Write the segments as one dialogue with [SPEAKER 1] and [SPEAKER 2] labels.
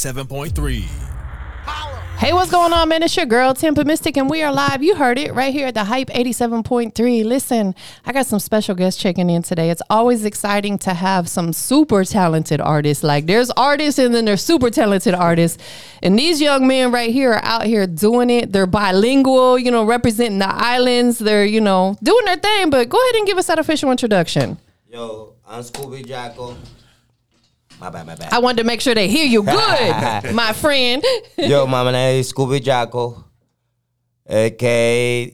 [SPEAKER 1] 87.3.
[SPEAKER 2] Hey, what's going on, man? It's your girl, Tampa Mystic, and we are live. You heard it right here at the Hype 87.3. Listen, I got some special guests checking in today. It's always exciting to have some super talented artists. Like, there's artists and then there's super talented artists. And these young men right here are out here doing it. They're bilingual, you know, representing the islands. They're, you know, doing their thing. But go ahead and give us that official introduction.
[SPEAKER 3] Yo, I'm Scooby Jacko. My bad, my bad.
[SPEAKER 2] I wanted to make sure they hear you good, my friend.
[SPEAKER 3] Yo, my name is Scooby Jacko, aka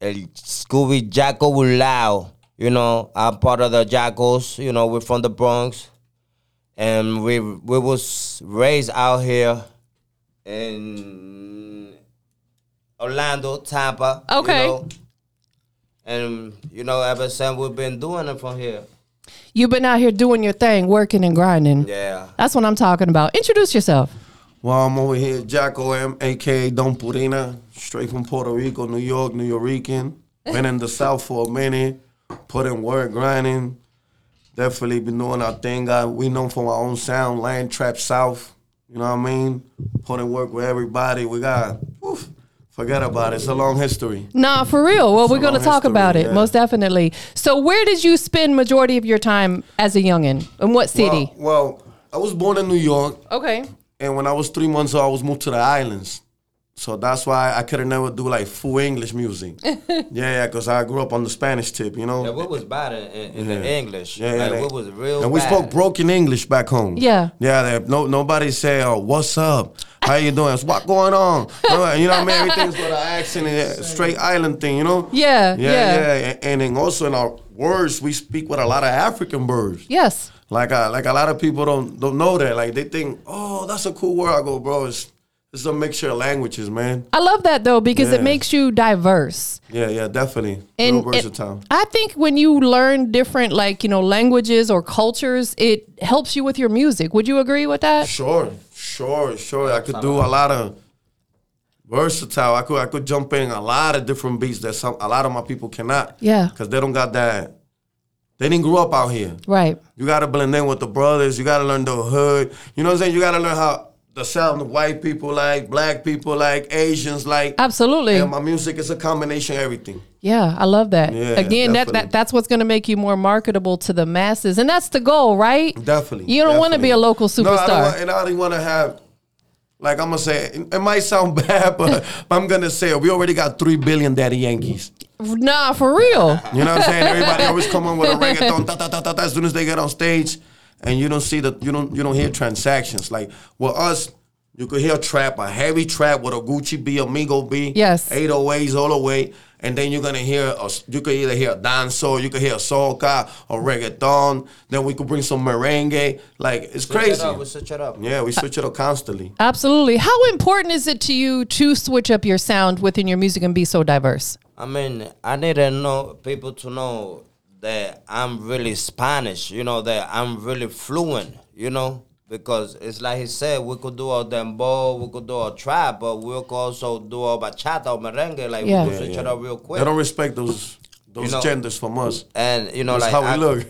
[SPEAKER 3] El Scooby Jacko Bulao. You know, I'm part of the Jackals. You know, we're from the Bronx, and we we was raised out here in Orlando, Tampa. you
[SPEAKER 2] Okay.
[SPEAKER 3] know. And you know, ever since we've been doing it from here.
[SPEAKER 2] You've been out here doing your thing, working and grinding.
[SPEAKER 3] Yeah.
[SPEAKER 2] That's what I'm talking about. Introduce yourself.
[SPEAKER 4] Well, I'm over here, Jacko M, aka Don Purina, straight from Puerto Rico, New York, New Yorican. Been in the South for a minute, put in work, grinding. Definitely been doing our thing. Uh, we known for our own sound, Land Trap South. You know what I mean? Put in work with everybody. We got, oof, forget about it. It's a long history.
[SPEAKER 2] Nah, for real. Well, we're
[SPEAKER 4] a
[SPEAKER 2] going to
[SPEAKER 4] long
[SPEAKER 2] talk
[SPEAKER 4] history,
[SPEAKER 2] about it
[SPEAKER 4] yeah.
[SPEAKER 2] most definitely. So, where did you spend majority of your time as a youngin? In what city?
[SPEAKER 4] Well, well, I was born in New York.
[SPEAKER 2] okay.
[SPEAKER 4] And when I was three months old, I was moved to the islands. So that's why I could have never do like full English music. yeah, yeah, because I grew up on the Spanish tip, you know?
[SPEAKER 3] Yeah, what was bad in, in, in the
[SPEAKER 4] Yeah.
[SPEAKER 3] English?
[SPEAKER 4] Yeah,
[SPEAKER 3] like,
[SPEAKER 4] yeah, like-
[SPEAKER 3] what was real?
[SPEAKER 4] and we
[SPEAKER 3] bad?
[SPEAKER 4] spoke broken English back home.
[SPEAKER 2] Yeah.
[SPEAKER 4] Yeah, they, no, nobody say, oh, what's up? How you doing? It's, what going on? you know what I mean? Everything's with an accent, and a straight island thing, you know?
[SPEAKER 2] Yeah, yeah.
[SPEAKER 4] Yeah, yeah. And, and then also in our words, we speak with a lot of African words.
[SPEAKER 2] Yes.
[SPEAKER 4] Like I, like a lot of people don't don't know that. Like they think, oh, that's a cool word. I go, bro, it's it's a mixture of languages, man.
[SPEAKER 2] I love that though because it
[SPEAKER 4] Yeah.
[SPEAKER 2] makes you diverse.
[SPEAKER 4] Yeah, yeah, definitely.
[SPEAKER 2] And
[SPEAKER 4] Real
[SPEAKER 2] it-
[SPEAKER 4] versatile.
[SPEAKER 2] I think when you learn different like, you know, languages or cultures, it helps you with your music. Would you agree with that?
[SPEAKER 4] sure, sure, sure. I could do a lot of versatile. I could I could jump in a lot of different beats that some a lot of my people cannot.
[SPEAKER 2] Yeah.
[SPEAKER 4] Cause they don't got that. They didn't grow up out here.
[SPEAKER 2] Right.
[SPEAKER 4] You gotta blend in with the brothers. You gotta learn the hood. You know what I'm saying? You gotta learn how the sound of white people like, black people like, Asians like.
[SPEAKER 2] Absolutely.
[SPEAKER 4] Yeah, my music is a combination of everything.
[SPEAKER 2] Yeah, I love that.
[SPEAKER 4] Yeah,
[SPEAKER 2] Again, that, that
[SPEAKER 4] definitely.
[SPEAKER 2] that's what's going to make you more marketable to the masses, and that's the goal, right?
[SPEAKER 4] Definitely.
[SPEAKER 2] You don't want to be a local
[SPEAKER 4] No, I
[SPEAKER 2] superstar.
[SPEAKER 4] don't want, and I don't want to have, like I'm going to say, it, it might sound bad, but I'm going to say it. We already got 3 billion daddy Yankees.
[SPEAKER 2] nah, for real.
[SPEAKER 4] You know what I'm saying? Everybody always come on with a reggaeton ta, ta, ta, ta, ta, as soon as they get on stage, and you don't see the you don't you don't hear transactions like with us. You could hear trap, a heavy trap with a Gucci B, Amigo B,
[SPEAKER 2] Yes.
[SPEAKER 4] 808s all the way, and then you're gonna hear a, you could either hear dancehall, you could hear soca or reggaeton. Then we could bring some merengue. Like it's
[SPEAKER 3] Switch
[SPEAKER 4] crazy.
[SPEAKER 3] It up, we switch it up.
[SPEAKER 4] Yeah, we switch it up constantly.
[SPEAKER 2] Absolutely. How important is it to you to switch up your sound within your music and be so diverse?
[SPEAKER 3] I mean, I need to know people to know that I'm really Spanish. You know that I'm really fluent. You know because it's like he said, we could do a dembow, we could do a trap, but we could also do a bachata or merengue. Like
[SPEAKER 2] Yeah.
[SPEAKER 3] we could
[SPEAKER 2] Yeah,
[SPEAKER 3] switch it
[SPEAKER 4] yeah.
[SPEAKER 3] up real quick.
[SPEAKER 4] They don't respect those
[SPEAKER 3] You
[SPEAKER 4] those
[SPEAKER 3] know-
[SPEAKER 4] genders from us.
[SPEAKER 3] and you know,
[SPEAKER 4] That's
[SPEAKER 3] like
[SPEAKER 4] how we
[SPEAKER 3] I,
[SPEAKER 4] look.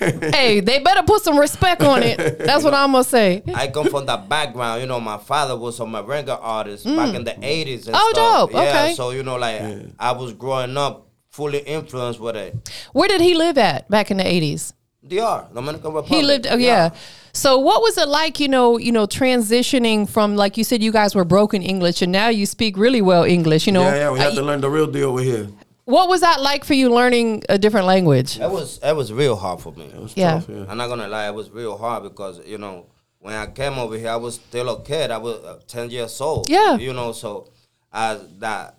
[SPEAKER 2] hey, they better put some respect on it. That's what I'm gonna say.
[SPEAKER 3] I come from that background. You know, my father was a merengue artist back in the eighties.
[SPEAKER 2] Oh,
[SPEAKER 3] stuff.
[SPEAKER 2] dope.
[SPEAKER 3] Yeah,
[SPEAKER 2] Okay.
[SPEAKER 3] so you know, like I was growing up fully influenced with it.
[SPEAKER 2] Where did he live at back in the 80s?
[SPEAKER 3] DR, Dominican Republic.
[SPEAKER 2] He lived. Oh, yeah. So what was it like? You know, you know, transitioning from like you said, you guys were broken English, and now you speak really well English. You know,
[SPEAKER 4] yeah, yeah, we
[SPEAKER 2] I-
[SPEAKER 4] had to learn the real deal over here.
[SPEAKER 2] What was that like for you learning a different language?
[SPEAKER 3] That was that was real hard for me.
[SPEAKER 2] Yeah.
[SPEAKER 4] Tough, yeah.
[SPEAKER 3] I'm not gonna lie, it was real hard because you know when I came over here, I was still a kid. I was uh, ten years old.
[SPEAKER 2] Yeah.
[SPEAKER 3] You know, so I that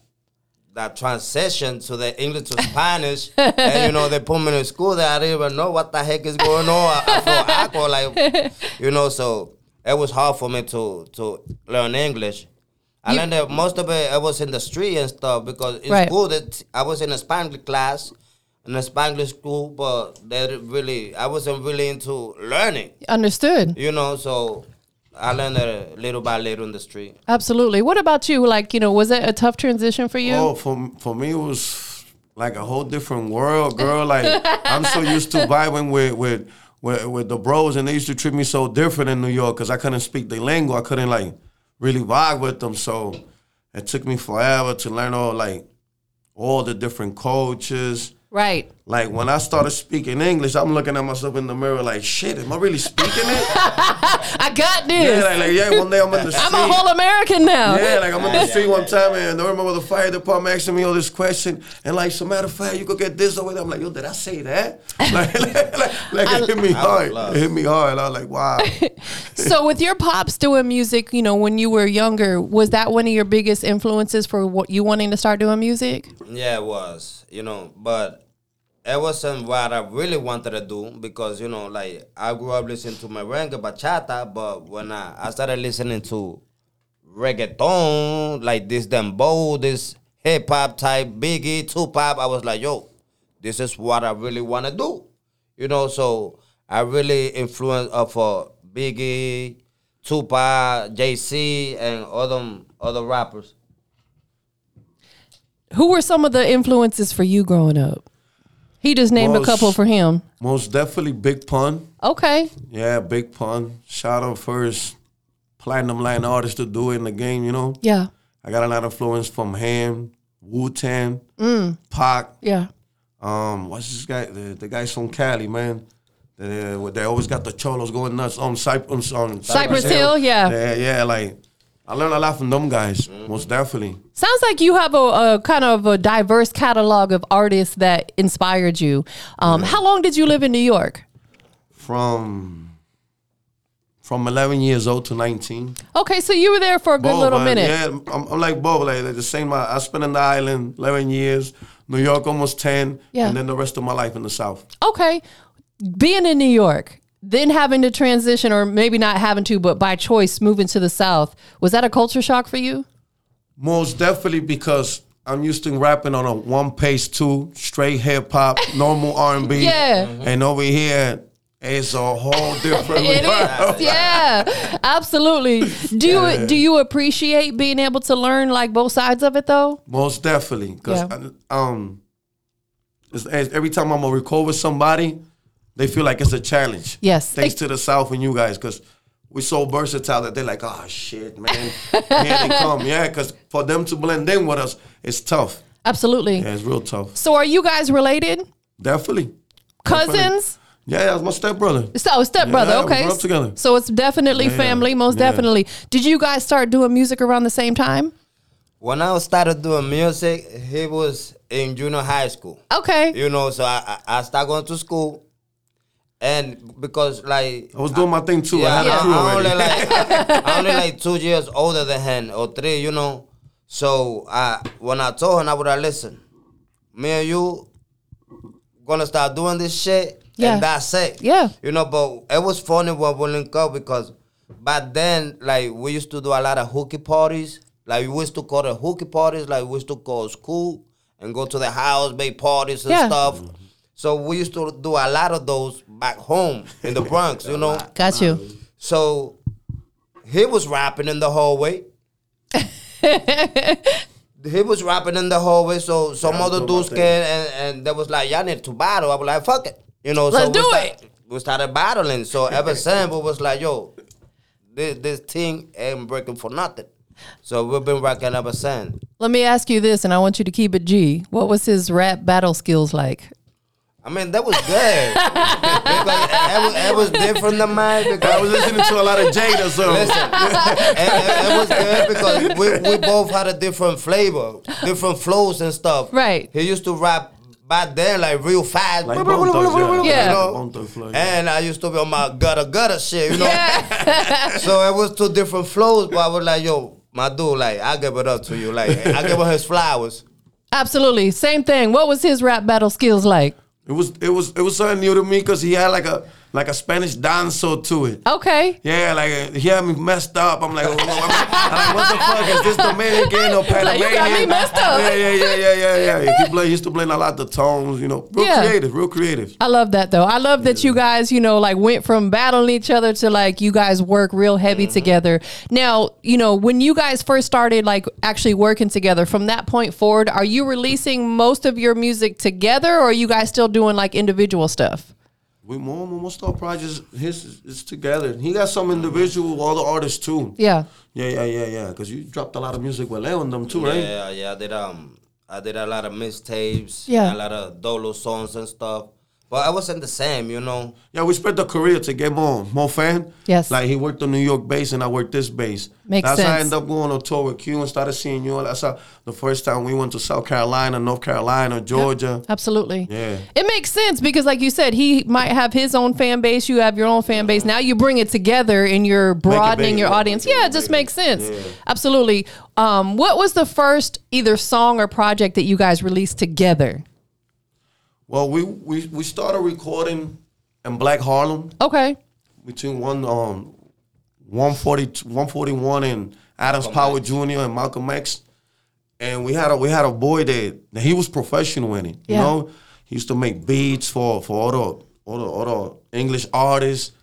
[SPEAKER 3] that transition to the English to Spanish, and you know they put me in school that I didn't even know what the heck is going on. I, I felt awkward, like you know. So it was hard for me to to learn English. I learned that most of it I was in the street and stuff because in
[SPEAKER 2] Right.
[SPEAKER 3] school that I was in a Spanish class in a Spanish school, but they didn't really I wasn't really into learning,
[SPEAKER 2] Understood.
[SPEAKER 3] you know. So I learned it little by little in the street.
[SPEAKER 2] Absolutely. What about you? Like, you know, was it a tough transition for you?
[SPEAKER 4] Oh, for for me it was like a whole different world, girl. Like I'm so used to vibing with with with, with the bros, and they used to treat me so different in New York because I couldn't speak their language. I couldn't like really vibe with them. So it took me forever to learn all like all the different cultures.
[SPEAKER 2] Right.
[SPEAKER 4] Like when I started speaking English, I'm looking at myself in the mirror like, shit, am I really speaking it?
[SPEAKER 2] I got this.
[SPEAKER 4] yeah, like, like, yeah, one day I'm in the street.
[SPEAKER 2] I'm a whole American now.
[SPEAKER 4] Oh, Yeah, like I'm in the street one time and I remember the fire department asking me all this question and like, so matter of fact, you could get this over there. I'm like, yo, did I say that? Like, like, like, like, it hit me hard.
[SPEAKER 3] lost.
[SPEAKER 4] It hit me hard. I was like, wow.
[SPEAKER 2] So with your pops doing music, you know, when you were younger, was that one of your biggest influences for what you wanting to start doing music?
[SPEAKER 3] Yeah, it was. You know, but it wasn't what I really wanted to do because you know, like I grew up listening to merengue, bachata, but when I, I started listening to reggaeton, like this dembow, this hip hop type, Biggie, Tupac, I was like, yo, this is what I really want to do. You know, so I really influenced off of Biggie, Tupac, JC, and other other rappers.
[SPEAKER 2] Who were some of the influences for you growing up? He just named a
[SPEAKER 4] Most-
[SPEAKER 2] couple for him.
[SPEAKER 4] Most definitely Big Pun.
[SPEAKER 2] Okay.
[SPEAKER 4] Yeah, Big Pun. Shout out first platinum line artist to do it in the game, you know?
[SPEAKER 2] Yeah.
[SPEAKER 4] I got a lot of influence from Ham, Wu Tang, Mm. Pac.
[SPEAKER 2] Yeah.
[SPEAKER 4] Um, what's this guy? The, the guys from Cali, man. They, they always got the cholos going nuts Um, on Cypress, on
[SPEAKER 2] Cypress Hill, yeah.
[SPEAKER 4] yeah, yeah. Like I learned a lot from them guys, most definitely.
[SPEAKER 2] Sounds like you have a, a kind of a diverse catalog of artists that inspired you. Um, How long did you live in New York?
[SPEAKER 4] From from 11 years old to 19.
[SPEAKER 2] Okay, so you were there for a good
[SPEAKER 4] Both,
[SPEAKER 2] little
[SPEAKER 4] man.
[SPEAKER 2] minute.
[SPEAKER 4] uh, Yeah, I'm, I'm like Bob. Like, like the same. I, I spent in the island 11 years, New York almost 10,
[SPEAKER 2] Yeah.
[SPEAKER 4] and then the rest of my life in the South.
[SPEAKER 2] Okay, being in New York, then having to transition, or maybe not having to, but by choice, moving to the South, was that a culture shock for you?
[SPEAKER 4] Most definitely because I'm used to rapping on a one pace two, straight hip hop, normal R and B.
[SPEAKER 2] Yeah.
[SPEAKER 4] And over here it's a whole different
[SPEAKER 2] It
[SPEAKER 4] world.
[SPEAKER 2] is, yeah, absolutely. Do you do you appreciate being able to learn like both sides of it though?
[SPEAKER 4] Most definitely. Cause
[SPEAKER 2] Yeah.
[SPEAKER 4] I- um it's, it's- every time I'm gonna record with somebody, they feel like it's a challenge.
[SPEAKER 2] Yes.
[SPEAKER 4] Thanks to the South and you guys, because we're so versatile that they're like, oh shit, man. Here they come. Yeah, because for them to blend in with us, it's tough.
[SPEAKER 2] Absolutely.
[SPEAKER 4] Yeah, it's real tough.
[SPEAKER 2] So, are you guys related?
[SPEAKER 4] Definitely.
[SPEAKER 2] Cousins?
[SPEAKER 4] Yeah, that's my stepbrother.
[SPEAKER 2] So stepbrother,
[SPEAKER 4] Yeah, we
[SPEAKER 2] okay.
[SPEAKER 4] grew up together.
[SPEAKER 2] So it's definitely family, most
[SPEAKER 4] yeah.
[SPEAKER 2] definitely. Did you guys start doing music around the same time?
[SPEAKER 3] When I started doing music, he was in junior high school.
[SPEAKER 2] Okay.
[SPEAKER 3] You know, so I I, I started going to school, and because like
[SPEAKER 4] I was doing my thing too.
[SPEAKER 3] yeah,
[SPEAKER 4] I had a
[SPEAKER 3] I,
[SPEAKER 4] crew
[SPEAKER 3] I
[SPEAKER 4] already.
[SPEAKER 3] only like I only like two years older than him or three, you know. So I when I told him, I would have listened. Me and you gonna start doing this shit,
[SPEAKER 2] Yeah.
[SPEAKER 3] and that's it.
[SPEAKER 2] Yeah.
[SPEAKER 3] you know. But it was funny when we linked up because back then, like we used to do a lot of hooky parties. Like we used to go to hooky parties. Like we used to go to school and go to the house, make parties and
[SPEAKER 2] Yeah.
[SPEAKER 3] stuff. So we used to do a lot of those back home in the Bronx, you know.
[SPEAKER 2] Got you.
[SPEAKER 3] So he was rapping in the hallway. he was rapping in the hallway. So some
[SPEAKER 4] I was
[SPEAKER 3] other
[SPEAKER 4] doing my
[SPEAKER 3] dudes
[SPEAKER 4] thing.
[SPEAKER 3] came and, and they was like, y'all need to battle. I was like, fuck it. You know,
[SPEAKER 2] Let's
[SPEAKER 3] so
[SPEAKER 2] do
[SPEAKER 3] we sta-
[SPEAKER 2] it.
[SPEAKER 3] we started battling. So ever since we was like, yo, this, this thing ain't breaking for nothing. So we've been rocking ever since.
[SPEAKER 2] Let me ask you this and I want you to keep it G. What was his rap battle skills like?
[SPEAKER 3] I mean, that was good. because it, was, it was different than mine because
[SPEAKER 4] I was listening to a lot of Jada songs.
[SPEAKER 3] Listen, it, it- it was good because we, we both had a different flavor, different flows and stuff.
[SPEAKER 2] Right.
[SPEAKER 3] He used to rap back then like real fast.
[SPEAKER 4] Like Bonto,
[SPEAKER 2] Yeah.
[SPEAKER 4] Bonto Floyd.
[SPEAKER 3] and I used to be on my gutter gutter shit, you know.
[SPEAKER 2] Yeah.
[SPEAKER 3] So it was two different flows, but I was like, yo, my dude, like I give it up to you, like I give her his flowers.
[SPEAKER 2] Absolutely. Same thing. What was his rap battle skills like?
[SPEAKER 4] It was it was it was something new to me because he had like a like a Spanish dancer to it.
[SPEAKER 2] Okay.
[SPEAKER 4] Yeah, like uh, he had me messed up. I'm like, oh, I'm like, what the fuck is this Dominican or Panamanian?
[SPEAKER 2] Like, you got me messed up.
[SPEAKER 4] Yeah, yeah, yeah, yeah, yeah, yeah. He keep playing- he used to play a lot of the tones, you know. Real
[SPEAKER 2] Yeah.
[SPEAKER 4] creative, real creative.
[SPEAKER 2] I love that though. I love that you guys, you know, like went from battling each other to like you guys work real heavy together. Now, you know, when you guys first started like actually working together, from that point forward, are you releasing most of your music together or are you guys still doing like individual stuff?
[SPEAKER 4] We more, most of our projects his is- is together. He got some individual, all the artists too.
[SPEAKER 2] Yeah.
[SPEAKER 4] Yeah, yeah, yeah, yeah. Cause you dropped a lot of music with Leo and them too, right?
[SPEAKER 3] Yeah, yeah. I did um, I did a lot of mixtapes.
[SPEAKER 2] Yeah.
[SPEAKER 3] a lot of dolo songs and stuff. But I wasn't the same, you know.
[SPEAKER 4] Yeah, we spread the career to get more more fan.
[SPEAKER 2] Yes.
[SPEAKER 4] Like he worked on New York base and I worked this base.
[SPEAKER 2] Makes
[SPEAKER 4] That's how I
[SPEAKER 2] sense.
[SPEAKER 4] ended up going on tour with Q and started seeing you. That's how the first time we went to South Carolina, North Carolina, Georgia.
[SPEAKER 2] Absolutely.
[SPEAKER 4] Yeah.
[SPEAKER 2] It makes sense because, like you said, he might have his own fan base. You have your own fan base. Now you bring it together and you're broadening
[SPEAKER 4] bigger,
[SPEAKER 2] your
[SPEAKER 4] make it
[SPEAKER 2] audience. yeah, it just makes sense. Absolutely. Um, what was the first either song or project that you guys released together?
[SPEAKER 4] Well, we, we we started recording in Black Harlem
[SPEAKER 2] Okay.
[SPEAKER 4] between one um 140, 141 and Adams Power Jr. and Malcolm X. And we had a we had a boy that that he was professional in it. You
[SPEAKER 2] Yeah.
[SPEAKER 4] know? He used to make beats for for all the all the all the English artists.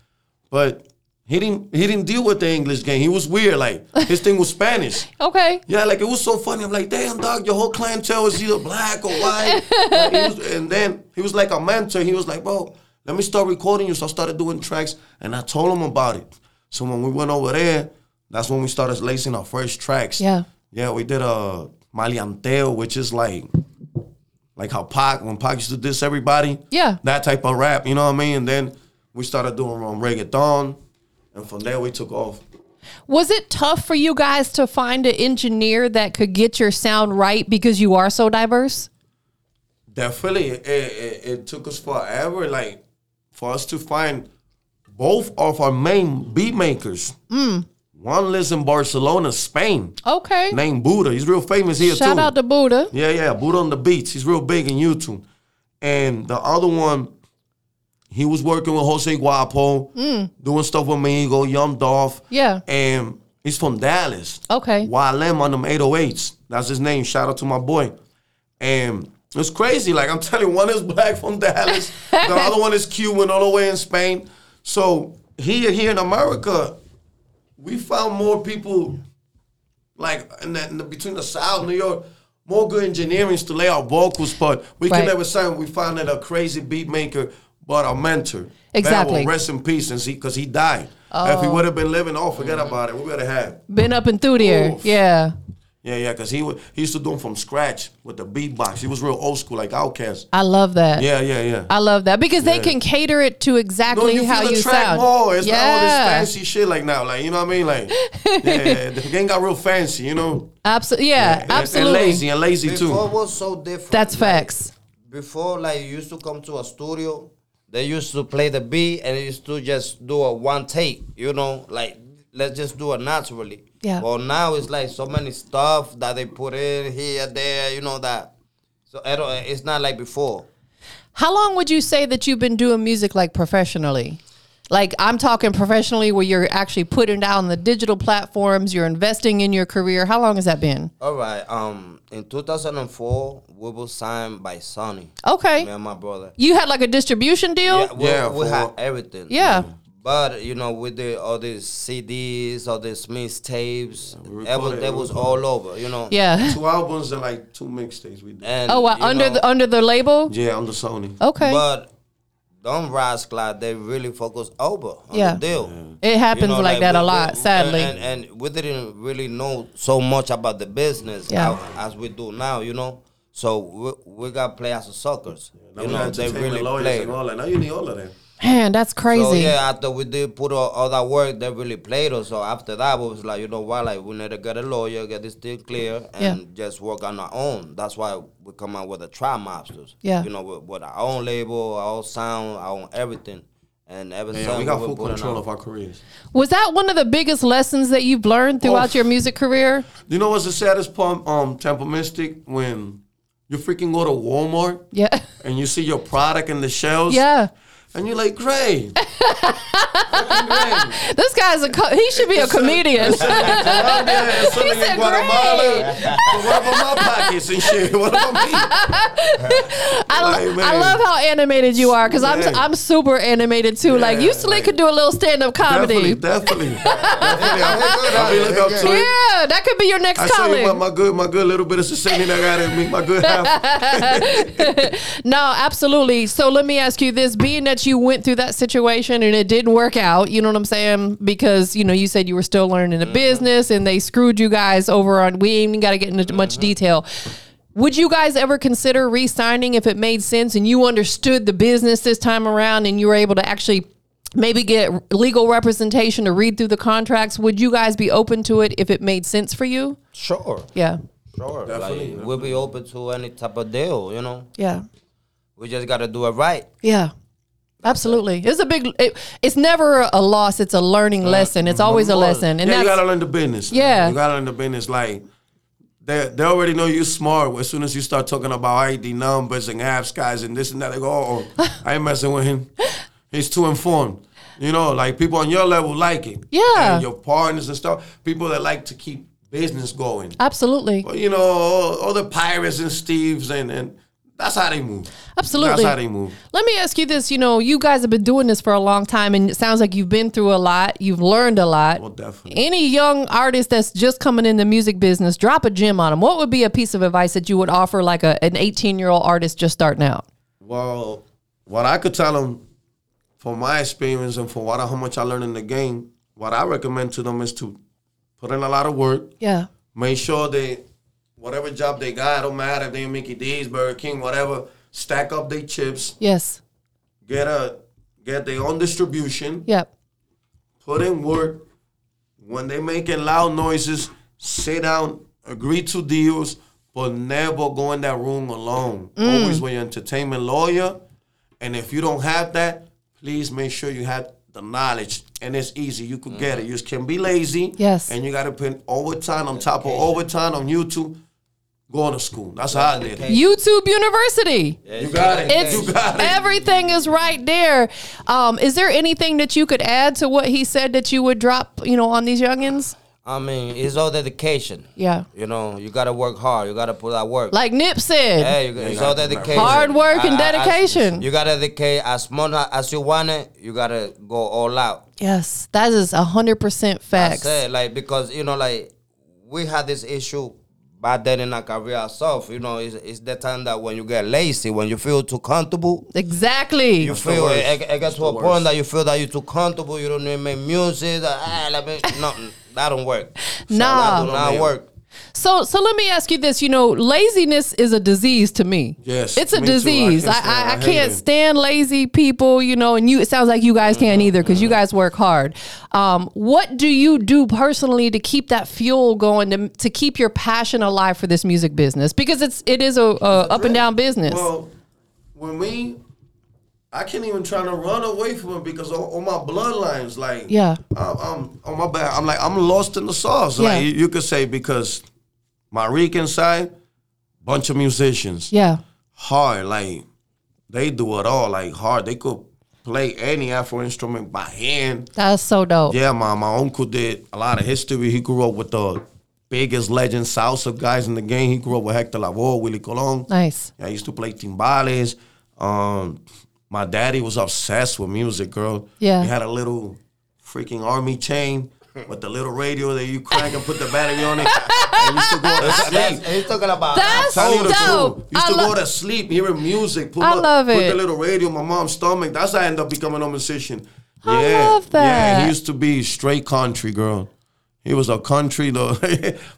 [SPEAKER 4] But he didn't he didn't deal with the English game. He was weird. Like his thing was Spanish.
[SPEAKER 2] Okay.
[SPEAKER 4] Yeah, like it was so funny. I'm like, damn, dog, your whole clientele is either black or white. Like, he was- and then he was like a mentor. He was like, bro, let me start recording you. So I started doing tracks, and I told him about it. So when we went over there, that's when we started lacing our first tracks.
[SPEAKER 2] Yeah.
[SPEAKER 4] yeah, we did a malianteo, which is like, like how Pac when Pac used to diss everybody.
[SPEAKER 2] Yeah.
[SPEAKER 4] that type of rap. You know what I mean? And then we started doing um, reggaeton, and from there we took off.
[SPEAKER 2] Was it tough for you guys to find an engineer that could get your sound right because you are so diverse?
[SPEAKER 4] Definitely, it, it, it took us forever, like, for us to find both of our main beat makers.
[SPEAKER 2] Mm.
[SPEAKER 4] One lives in Barcelona, Spain,
[SPEAKER 2] Okay.
[SPEAKER 4] named Buddha. He's real famous here
[SPEAKER 2] Shout
[SPEAKER 4] too.
[SPEAKER 2] out to Buddha.
[SPEAKER 4] yeah, yeah, Buddha on the beats. He's real big in YouTube. And the other one, he was working with Jose Guapo, doing stuff with Migo, Young Dolph.
[SPEAKER 2] Mm. Yeah.
[SPEAKER 4] and he's from Dallas.
[SPEAKER 2] Okay.
[SPEAKER 4] Wylem on them 808s. That's his name. Shout out to my boy. And it's crazy. Like I'm telling you, one is black from Dallas, the other one is Cuban, all the way in Spain. So here, here in America, we found more people like in the, in the- between the South, New York, more good engineers to lay our vocals, but we
[SPEAKER 2] Right.
[SPEAKER 4] can never say we found that a crazy beat maker, but a mentor.
[SPEAKER 2] Exactly.
[SPEAKER 4] Bevel, rest in peace, and see, because he died. If he would have been living, oh, forget about it. We would have had.
[SPEAKER 2] Been up and through there.
[SPEAKER 4] Oof.
[SPEAKER 2] Yeah.
[SPEAKER 4] Yeah, yeah, because he, wa- he used to do them from scratch with the beatbox. He was real old school, like Outkast.
[SPEAKER 2] I love that.
[SPEAKER 4] Yeah, yeah, yeah.
[SPEAKER 2] I love that because they can cater it to
[SPEAKER 4] No,
[SPEAKER 2] exactly
[SPEAKER 4] you
[SPEAKER 2] how
[SPEAKER 4] feel the
[SPEAKER 2] you
[SPEAKER 4] track
[SPEAKER 2] sound.
[SPEAKER 4] more. It's not all
[SPEAKER 2] yeah,
[SPEAKER 4] this fancy shit like now. Like, you know what I mean? Like, yeah, the game got real fancy, you know?
[SPEAKER 2] absolutely. Yeah,
[SPEAKER 4] And-
[SPEAKER 2] absolutely.
[SPEAKER 4] And lazy, and lazy
[SPEAKER 3] Before
[SPEAKER 4] too.
[SPEAKER 3] was so different.
[SPEAKER 2] That's
[SPEAKER 3] like,
[SPEAKER 2] facts.
[SPEAKER 3] Before, like you used to come to a studio, they used to play the beat and they used to just do a one take. You know, like let's just do it naturally.
[SPEAKER 2] Yeah.
[SPEAKER 3] Well, now it's like so many stuff that they put in here, there. You know that. So I don't- it's not like before.
[SPEAKER 2] How long would you say that you've been doing music like professionally? Like I'm talking professionally, where you're actually putting down the digital platforms, you're investing in your career. How long has that been?
[SPEAKER 3] All right. Um, in 2004, we were signed by Sony.
[SPEAKER 2] Okay,
[SPEAKER 3] Me and my brother.
[SPEAKER 2] you had like a distribution deal.
[SPEAKER 3] Yeah, we,
[SPEAKER 4] Yeah,
[SPEAKER 3] we
[SPEAKER 4] for-
[SPEAKER 3] had everything.
[SPEAKER 2] Yeah.
[SPEAKER 3] But you know, with the all these CDs, all these mixtapes,
[SPEAKER 4] we
[SPEAKER 3] that was
[SPEAKER 4] recorded
[SPEAKER 3] that was
[SPEAKER 4] everything.
[SPEAKER 3] all over. You know.
[SPEAKER 2] Yeah.
[SPEAKER 4] Two albums and like two mixtapes we did.
[SPEAKER 3] And,
[SPEAKER 2] Oh, wow.
[SPEAKER 3] you
[SPEAKER 2] under
[SPEAKER 3] know,
[SPEAKER 2] the under the label.
[SPEAKER 4] yeah, I'm the Sony.
[SPEAKER 2] Okay,
[SPEAKER 3] But don't rise cloud. They really focus over on
[SPEAKER 2] Yeah.
[SPEAKER 3] the deal.
[SPEAKER 2] it happens
[SPEAKER 3] You know,
[SPEAKER 2] like, that
[SPEAKER 3] we-
[SPEAKER 2] a lot.
[SPEAKER 3] we-
[SPEAKER 2] sadly,
[SPEAKER 3] and, and, and we didn't really know so much about the business
[SPEAKER 2] Yeah.
[SPEAKER 3] how- as we do now, you know. So we, we got play as a suckers.
[SPEAKER 4] Now
[SPEAKER 3] you
[SPEAKER 4] we
[SPEAKER 3] know,
[SPEAKER 4] got
[SPEAKER 3] they
[SPEAKER 4] entertainment
[SPEAKER 3] really
[SPEAKER 4] lawyers
[SPEAKER 3] play.
[SPEAKER 4] and all that. Now you need all of that.
[SPEAKER 2] man, that's crazy.
[SPEAKER 3] So yeah, after we did put all, all that work, they really played us. So after that, we was like, you know what? Like we need to get a lawyer, get this thing clear, and
[SPEAKER 2] Yeah.
[SPEAKER 3] just work on our own. That's why we come out with the Tri Mobsters.
[SPEAKER 2] Yeah.
[SPEAKER 3] you know, with, with our own label, our own sound, our own everything, and ever
[SPEAKER 4] Yeah,
[SPEAKER 3] since
[SPEAKER 4] we got
[SPEAKER 3] we've been
[SPEAKER 4] full
[SPEAKER 3] putting
[SPEAKER 4] control
[SPEAKER 3] out-
[SPEAKER 4] of our careers.
[SPEAKER 2] Was that one of the biggest lessons that you've learned throughout
[SPEAKER 4] Oh.
[SPEAKER 2] your music career?
[SPEAKER 4] You know what's the saddest part, um, Temple Mystic? When you freaking go to Walmart
[SPEAKER 2] Yeah.
[SPEAKER 4] and you see your product in the shelves.
[SPEAKER 2] Yeah.
[SPEAKER 4] And you're like, great. Fucking great.
[SPEAKER 2] This guy's a co- he should be a comedian.
[SPEAKER 4] Colombia and something
[SPEAKER 2] said,
[SPEAKER 4] in Guatemala. But what about my pockets and shit? What about me?
[SPEAKER 2] I,
[SPEAKER 4] Like,
[SPEAKER 2] I
[SPEAKER 4] man.
[SPEAKER 2] love how animated you are because I'm
[SPEAKER 4] Man.
[SPEAKER 2] I'm super animated too. like
[SPEAKER 4] Yeah,
[SPEAKER 2] you slick
[SPEAKER 4] like-
[SPEAKER 2] could do a little stand up comedy.
[SPEAKER 4] Definitely, definitely. definitely. I'll be looking up to it.
[SPEAKER 2] yeah, that could be your next
[SPEAKER 4] I show you
[SPEAKER 2] colleague.
[SPEAKER 4] what my good, my good little bit of Sicilian I got in me, my good half.
[SPEAKER 2] no, absolutely. So let me ask you this: being that but you went through that situation and it didn't work out. You know what I'm saying? Because you know you said you were still learning the business and they screwed you guys over on. We ain't even got to get into much detail. Would you guys ever consider re-signing if it made sense and you understood the business this time around and you were able to actually maybe get legal representation to read through the contracts? Would you guys be open to it if it made sense for you?
[SPEAKER 3] Sure,
[SPEAKER 2] Yeah.
[SPEAKER 3] sure.
[SPEAKER 4] Definitely,
[SPEAKER 3] Like, we'll be open to any type of deal. You know,
[SPEAKER 2] Yeah.
[SPEAKER 3] we just gotta do it right.
[SPEAKER 2] Yeah. Absolutely. It's a big it, it's never a loss, it's a learning lesson. It's always a
[SPEAKER 3] course.
[SPEAKER 2] lesson. And
[SPEAKER 4] Uh, yeah, you
[SPEAKER 2] that's
[SPEAKER 4] gotta learn the business.
[SPEAKER 2] Yeah.
[SPEAKER 4] you gotta learn the business. Like they, they already know you smart. As soon as you start talking about ID numbers and apps, guys, and this and that, they go, "Oh, oh, I ain't messing with him. He's too informed." You know, like people on your level like it.
[SPEAKER 2] Yeah.
[SPEAKER 4] and your partners and stuff. People that like to keep business going.
[SPEAKER 2] absolutely.
[SPEAKER 4] But you know, all, all the pirates and Steves and and that's how they move.
[SPEAKER 2] Absolutely.
[SPEAKER 4] that's how they move.
[SPEAKER 2] Let me ask you this, you know, you guys have been doing this for a long time and it sounds like you've been through a lot, you've learned a lot.
[SPEAKER 4] Well, definitely.
[SPEAKER 2] Any young artist that's just coming in the music business, drop a gem on them. What would be a piece of advice that you would offer like a, an 18-year-old artist just starting out?
[SPEAKER 4] Well, what I could tell them from my experience and from what I- how much I learned in the game, what I recommend to them is to put in a lot of work.
[SPEAKER 2] Yeah.
[SPEAKER 4] Make sure they, whatever job they got, don't matter if they Mickey D's, Burger King, whatever, stack up their chips,
[SPEAKER 2] Yes.
[SPEAKER 4] get a get their own distribution,
[SPEAKER 2] Yep.
[SPEAKER 4] put in work. When they making loud noises, sit down, agree to deals, but never go in that room alone. Always with your entertainment lawyer. And if you don't have that, please make sure you have the knowledge. And it's easy. You could get it. You can be lazy.
[SPEAKER 2] Yes.
[SPEAKER 4] And you gotta put overtime on top of overtime on YouTube. Going to school. That's how I did it.
[SPEAKER 2] YouTube University.
[SPEAKER 4] You got it.
[SPEAKER 2] It's
[SPEAKER 4] you got it.
[SPEAKER 2] everything is right there. Um, is there anything that you could add to what he said that you would drop, you know, on these youngins?
[SPEAKER 3] I mean, it's all dedication.
[SPEAKER 2] Yeah.
[SPEAKER 3] You know, you gotta work hard. You gotta put out work.
[SPEAKER 2] Like Nip said,
[SPEAKER 3] Hey, you, it's all dedication.
[SPEAKER 2] Hard work and
[SPEAKER 3] I- I- I-
[SPEAKER 2] dedication.
[SPEAKER 3] you gotta dedicate as much as you want it. You gotta go all out.
[SPEAKER 2] yes, that is hundred percent
[SPEAKER 3] I
[SPEAKER 2] facts.
[SPEAKER 3] said like because you know like we had this issue back then in our career ourselves. You know, it's, it's the time that when you get lazy, when you feel too comfortable,
[SPEAKER 2] Exactly.
[SPEAKER 3] you
[SPEAKER 4] the
[SPEAKER 3] feel
[SPEAKER 4] worst.
[SPEAKER 3] it, it, it gets
[SPEAKER 4] That's
[SPEAKER 3] to a
[SPEAKER 4] the
[SPEAKER 3] point
[SPEAKER 4] worst.
[SPEAKER 3] that you feel that you're too comfortable. You don't need to make music. that, ah, let me, no, that don't work.
[SPEAKER 2] Nah.
[SPEAKER 3] that do not work.
[SPEAKER 2] So, so let me ask you this. You know, laziness is a disease to me.
[SPEAKER 4] Yes,
[SPEAKER 2] it's a
[SPEAKER 4] me too. I
[SPEAKER 2] disease. I I,
[SPEAKER 4] can't stand-
[SPEAKER 2] I,
[SPEAKER 4] I hate
[SPEAKER 2] can't
[SPEAKER 4] it.
[SPEAKER 2] stand lazy people. You know, and you. It sounds like you guys can't either because you guys work hard. Um, what do you do personally to keep that fuel going to to keep your passion alive for this music business? Because it's it is a, a up and down business.
[SPEAKER 4] Well, with me, I can't even try to run away from it because all, all my bloodlines, like,
[SPEAKER 2] Yeah.
[SPEAKER 4] I'm, I'm on my back. I'm like, I'm lost in the sauce.
[SPEAKER 2] Yeah.
[SPEAKER 4] Like you, you could say because my Rican side, bunch of musicians,
[SPEAKER 2] yeah.
[SPEAKER 4] hard, like they do it all, like hard. They could play any Afro instrument by hand.
[SPEAKER 2] That's so dope.
[SPEAKER 4] Yeah, my, my uncle did a lot of history. He grew up with the biggest legend salsa guys in the game. He grew up with Hector Lavoe, Willie Colon.
[SPEAKER 2] Nice.
[SPEAKER 4] I used to play timbales. Um, my daddy was obsessed with music, girl.
[SPEAKER 2] Yeah.
[SPEAKER 4] He had a little freaking army chain with the little radio that you crank and put the battery on it. I used to go to
[SPEAKER 3] That's,
[SPEAKER 4] sleep.
[SPEAKER 3] he's talking about
[SPEAKER 2] That's
[SPEAKER 4] Tell you the
[SPEAKER 2] dope.
[SPEAKER 4] truth. Used
[SPEAKER 2] I
[SPEAKER 4] to
[SPEAKER 2] lo-
[SPEAKER 4] go to sleep hearing music. Put
[SPEAKER 2] I
[SPEAKER 4] my-
[SPEAKER 2] love
[SPEAKER 4] Put
[SPEAKER 2] it.
[SPEAKER 4] the little radio in my mom's stomach. That's how I ended up becoming a musician.
[SPEAKER 2] I
[SPEAKER 4] yeah.
[SPEAKER 2] love
[SPEAKER 4] Yeah,
[SPEAKER 2] that.
[SPEAKER 4] he used to be straight country, girl. He was a country though.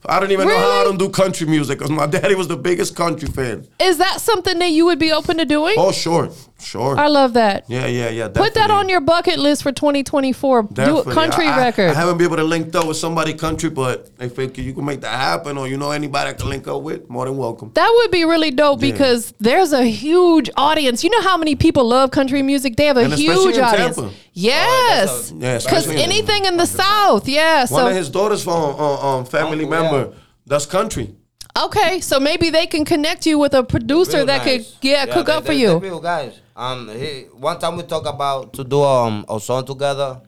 [SPEAKER 4] I don't even know how I
[SPEAKER 2] Really?
[SPEAKER 4] don't do country music because my daddy was the biggest country fan.
[SPEAKER 2] Is that something that you would be open to doing?
[SPEAKER 4] Oh, sure, sure.
[SPEAKER 2] I love that.
[SPEAKER 4] yeah, yeah, yeah. Definitely.
[SPEAKER 2] Put that on your bucket list for 2024. Do
[SPEAKER 4] Definitely.
[SPEAKER 2] a country
[SPEAKER 4] I, I-
[SPEAKER 2] record.
[SPEAKER 4] I, haven't been able to link up with somebody country, but if it, you can make that happen, or you know anybody I can link up with, more than welcome.
[SPEAKER 2] That would be really dope because there's a huge audience. You know how many people love country music? They have a
[SPEAKER 4] And especially
[SPEAKER 2] huge
[SPEAKER 4] in
[SPEAKER 2] audience.
[SPEAKER 4] Tampa.
[SPEAKER 2] Yes.
[SPEAKER 3] Oh,
[SPEAKER 4] Yeah,
[SPEAKER 2] Because
[SPEAKER 4] especially in-
[SPEAKER 2] anything in the South, yeah.
[SPEAKER 4] one of
[SPEAKER 2] So
[SPEAKER 4] his daughters from uh, um, family
[SPEAKER 3] Uncle, yeah.
[SPEAKER 4] member. That's country.
[SPEAKER 2] okay, so maybe they can connect you with a producer
[SPEAKER 3] real
[SPEAKER 2] that
[SPEAKER 3] nice.
[SPEAKER 2] could yeah, cook
[SPEAKER 3] they-
[SPEAKER 2] up for
[SPEAKER 3] they-
[SPEAKER 2] you.
[SPEAKER 3] they real guys. Um, he, one time we talk about to do um a song together,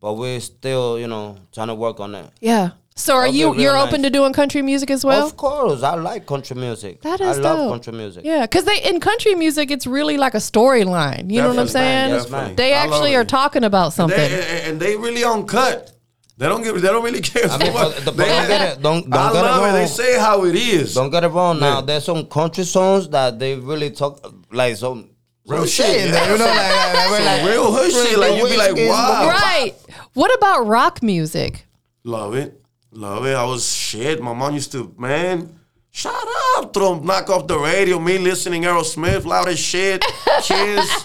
[SPEAKER 3] but we're still you know trying to work on it.
[SPEAKER 2] yeah. So are
[SPEAKER 3] They'll be
[SPEAKER 2] you
[SPEAKER 3] real
[SPEAKER 2] you're
[SPEAKER 3] nice.
[SPEAKER 2] open to doing country music as well?
[SPEAKER 3] of course, I like country music.
[SPEAKER 2] That is
[SPEAKER 3] I love
[SPEAKER 2] dope.
[SPEAKER 3] country music.
[SPEAKER 2] Yeah, because they in country music, it's really like a storyline. You know what I'm
[SPEAKER 4] Definitely.
[SPEAKER 2] saying?
[SPEAKER 3] Definitely.
[SPEAKER 2] They
[SPEAKER 4] I love
[SPEAKER 2] actually
[SPEAKER 4] it.
[SPEAKER 2] are talking about something.
[SPEAKER 4] They, and, and they really uncut. They don't give. They don't really care.
[SPEAKER 3] I mean,
[SPEAKER 4] so
[SPEAKER 3] but
[SPEAKER 4] much.
[SPEAKER 3] the-
[SPEAKER 4] They-
[SPEAKER 3] don't get it- don't- don't
[SPEAKER 4] I
[SPEAKER 3] get it
[SPEAKER 4] love it. They
[SPEAKER 3] wrong.
[SPEAKER 4] say how it is.
[SPEAKER 3] Don't get it wrong. Now there's some country songs that they really talk like some.
[SPEAKER 4] Real
[SPEAKER 3] saying
[SPEAKER 4] shit.
[SPEAKER 3] that,
[SPEAKER 4] yeah.
[SPEAKER 3] you know, like, like, like, we're like
[SPEAKER 4] real hood shit. Like you be like,
[SPEAKER 3] Whiskey is
[SPEAKER 4] wow.
[SPEAKER 2] Right. What about rock music?
[SPEAKER 4] Love it. Love it. I was shit. My mom used to, man, shut up. Throw, knock off the radio. Me listening Aerosmith, loud as shit. Kiss,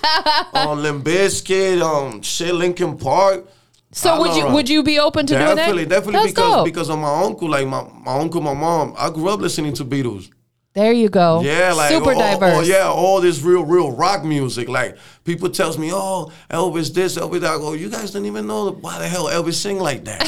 [SPEAKER 4] on Limp Bizkit, um, shit, Linkin Park.
[SPEAKER 2] So
[SPEAKER 4] I
[SPEAKER 2] would
[SPEAKER 4] know,
[SPEAKER 2] you
[SPEAKER 4] right.
[SPEAKER 2] would you be open to
[SPEAKER 4] Definitely,
[SPEAKER 2] doing that?
[SPEAKER 4] definitely
[SPEAKER 2] That's
[SPEAKER 4] because
[SPEAKER 2] dope.
[SPEAKER 4] because of my uncle, like my, my uncle, my mom. I grew up listening to Beatles.
[SPEAKER 2] there you go.
[SPEAKER 4] Yeah, like
[SPEAKER 2] super
[SPEAKER 4] oh, oh,
[SPEAKER 2] diverse.
[SPEAKER 4] yeah, all this real, real rock music. Like people tells me, oh, Elvis this, Elvis that. I go, you guys didn't even know why the hell Elvis sing like that.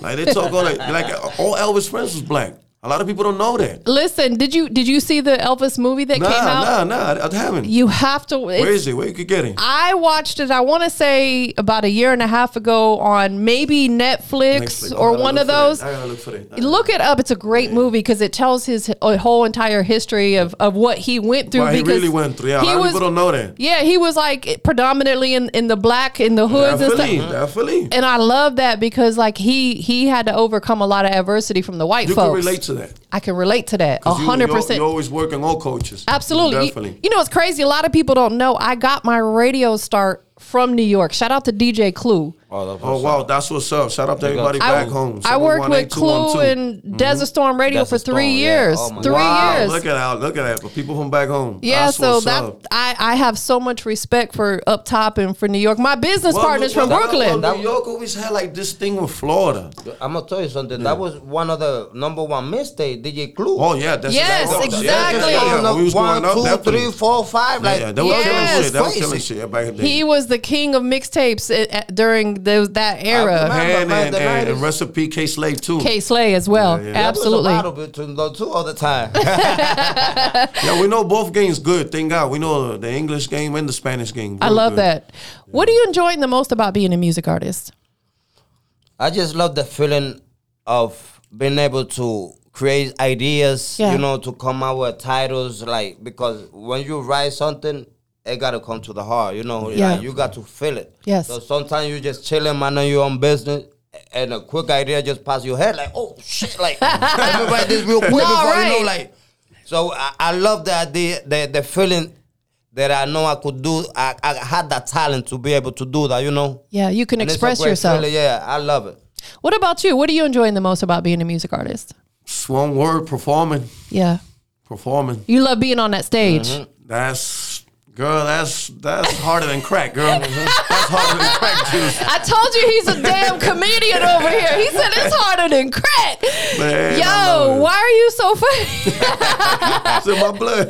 [SPEAKER 4] like they talk all like, like all Elvis friends was black. A lot of people don't know that.
[SPEAKER 2] Listen, did you did you see the Elvis movie that
[SPEAKER 4] Nah,
[SPEAKER 2] came out?
[SPEAKER 4] nah, nah. I, I haven't.
[SPEAKER 2] You have to. it's-
[SPEAKER 4] Where is it? Where you could get it?
[SPEAKER 2] I watched it. I want to say about a year and a half ago on maybe Netflix,
[SPEAKER 4] Netflix. I
[SPEAKER 2] or
[SPEAKER 4] gotta
[SPEAKER 2] one
[SPEAKER 4] look
[SPEAKER 2] of
[SPEAKER 4] for that.
[SPEAKER 2] those.
[SPEAKER 4] I gotta look for that.
[SPEAKER 2] Look it up. It's a great movie because it tells his h- uh, whole entire history of, of what he went through.
[SPEAKER 4] But he
[SPEAKER 2] because
[SPEAKER 4] really went through. Yeah, a
[SPEAKER 2] he
[SPEAKER 4] lot of
[SPEAKER 2] was-
[SPEAKER 4] people don't know that.
[SPEAKER 2] Yeah, he was like predominantly in, in the black, in the Uh-huh. hoods and
[SPEAKER 4] Definitely,
[SPEAKER 2] stuff.
[SPEAKER 4] definitely.
[SPEAKER 2] And I love that because like he he had to overcome a lot of adversity from the white
[SPEAKER 4] You
[SPEAKER 2] folks.
[SPEAKER 4] can relate to that.
[SPEAKER 2] I can relate to that. A
[SPEAKER 4] You-
[SPEAKER 2] hundred
[SPEAKER 4] you're-
[SPEAKER 2] percent.
[SPEAKER 4] You're always working all coaches.
[SPEAKER 2] Absolutely. You-
[SPEAKER 4] Definitely.
[SPEAKER 2] You, know, it's crazy. A lot of people don't know. I got my radio start from New York. Shout out to DJ Clue.
[SPEAKER 4] Oh wow, that's what's up. Shout out to everybody
[SPEAKER 2] I,
[SPEAKER 4] back home.
[SPEAKER 2] I worked with Clue
[SPEAKER 4] 718-212.
[SPEAKER 2] and Desert Storm Radio
[SPEAKER 3] Desert
[SPEAKER 2] for three
[SPEAKER 3] Storm, yeah.
[SPEAKER 2] years.
[SPEAKER 3] Oh my
[SPEAKER 2] Three
[SPEAKER 4] Mm-hmm. Wow,
[SPEAKER 2] years.
[SPEAKER 4] look at that! Look at that! For people from back home,
[SPEAKER 2] yeah,
[SPEAKER 4] that's
[SPEAKER 2] so
[SPEAKER 4] what's
[SPEAKER 2] that
[SPEAKER 4] up.
[SPEAKER 2] I, I have so much respect for up top and for New York. My business
[SPEAKER 4] Well,
[SPEAKER 2] partner's
[SPEAKER 4] well,
[SPEAKER 2] from
[SPEAKER 4] well,
[SPEAKER 2] Brooklyn.
[SPEAKER 4] well, New York always had like this thing with Florida.
[SPEAKER 3] I'm gonna tell you something. That was one of the number one mistake. DJ Clue.
[SPEAKER 4] Oh yeah, that's
[SPEAKER 2] Yes,
[SPEAKER 4] exactly.
[SPEAKER 2] exactly.
[SPEAKER 4] Yeah, yeah, yeah. When we was
[SPEAKER 3] One,
[SPEAKER 4] growing up,
[SPEAKER 3] two,
[SPEAKER 4] definitely.
[SPEAKER 3] three, four, five,
[SPEAKER 4] Yeah,
[SPEAKER 3] Like
[SPEAKER 4] yeah, they were
[SPEAKER 2] Yes.
[SPEAKER 4] killing shit. They were
[SPEAKER 3] Crazy.
[SPEAKER 4] killing shit back in the
[SPEAKER 2] he
[SPEAKER 4] day.
[SPEAKER 2] was the king of mixtapes at- at- during those that era.
[SPEAKER 3] remember-
[SPEAKER 4] And,
[SPEAKER 3] back in
[SPEAKER 4] and,
[SPEAKER 3] the
[SPEAKER 4] and,
[SPEAKER 3] 90s.
[SPEAKER 4] and recipe K Slave too.
[SPEAKER 2] K Slay as well.
[SPEAKER 4] Yeah, yeah.
[SPEAKER 3] There
[SPEAKER 2] Absolutely.
[SPEAKER 3] Was a battle between those two all the time.
[SPEAKER 4] Yeah, we know both games good. Thank God, we know the English game and the Spanish game.
[SPEAKER 2] I
[SPEAKER 4] Real
[SPEAKER 2] love
[SPEAKER 4] good.
[SPEAKER 2] that. What are you enjoying the most about being a music artist?
[SPEAKER 3] I just love the feeling of being able to create ideas,
[SPEAKER 2] Yeah.
[SPEAKER 3] you know, to come out with titles, like because when you write something, it gotta come to the heart, you know.
[SPEAKER 2] Yeah.
[SPEAKER 3] Like, you got to feel it.
[SPEAKER 2] Yes.
[SPEAKER 3] So sometimes you just chilling, minding your own business. And a quick idea just pass your head, like, oh shit, like let me write this real quick
[SPEAKER 2] No,
[SPEAKER 3] before you
[SPEAKER 2] right.
[SPEAKER 3] know, like. So I, I love the idea, the the feeling that I know I could do. I, I had that talent to be able to do that, you know.
[SPEAKER 2] Yeah, you can
[SPEAKER 3] And it's a
[SPEAKER 2] express
[SPEAKER 3] great
[SPEAKER 2] yourself.
[SPEAKER 3] feeling, Yeah, I love it.
[SPEAKER 2] What about you? What are you enjoying the most about being a music artist?
[SPEAKER 4] Just one word: performing,
[SPEAKER 2] Yeah.
[SPEAKER 4] performing.
[SPEAKER 2] You love being on that stage.
[SPEAKER 3] Mm-hmm.
[SPEAKER 4] That's girl. That's that's harder than crack, girl. that's harder than crack juice.
[SPEAKER 2] I told you he's a damn comedian over here. He said it's harder than crack.
[SPEAKER 4] Man, I love
[SPEAKER 2] Yo,
[SPEAKER 4] it.
[SPEAKER 2] why are you so funny?
[SPEAKER 4] It's in my blood.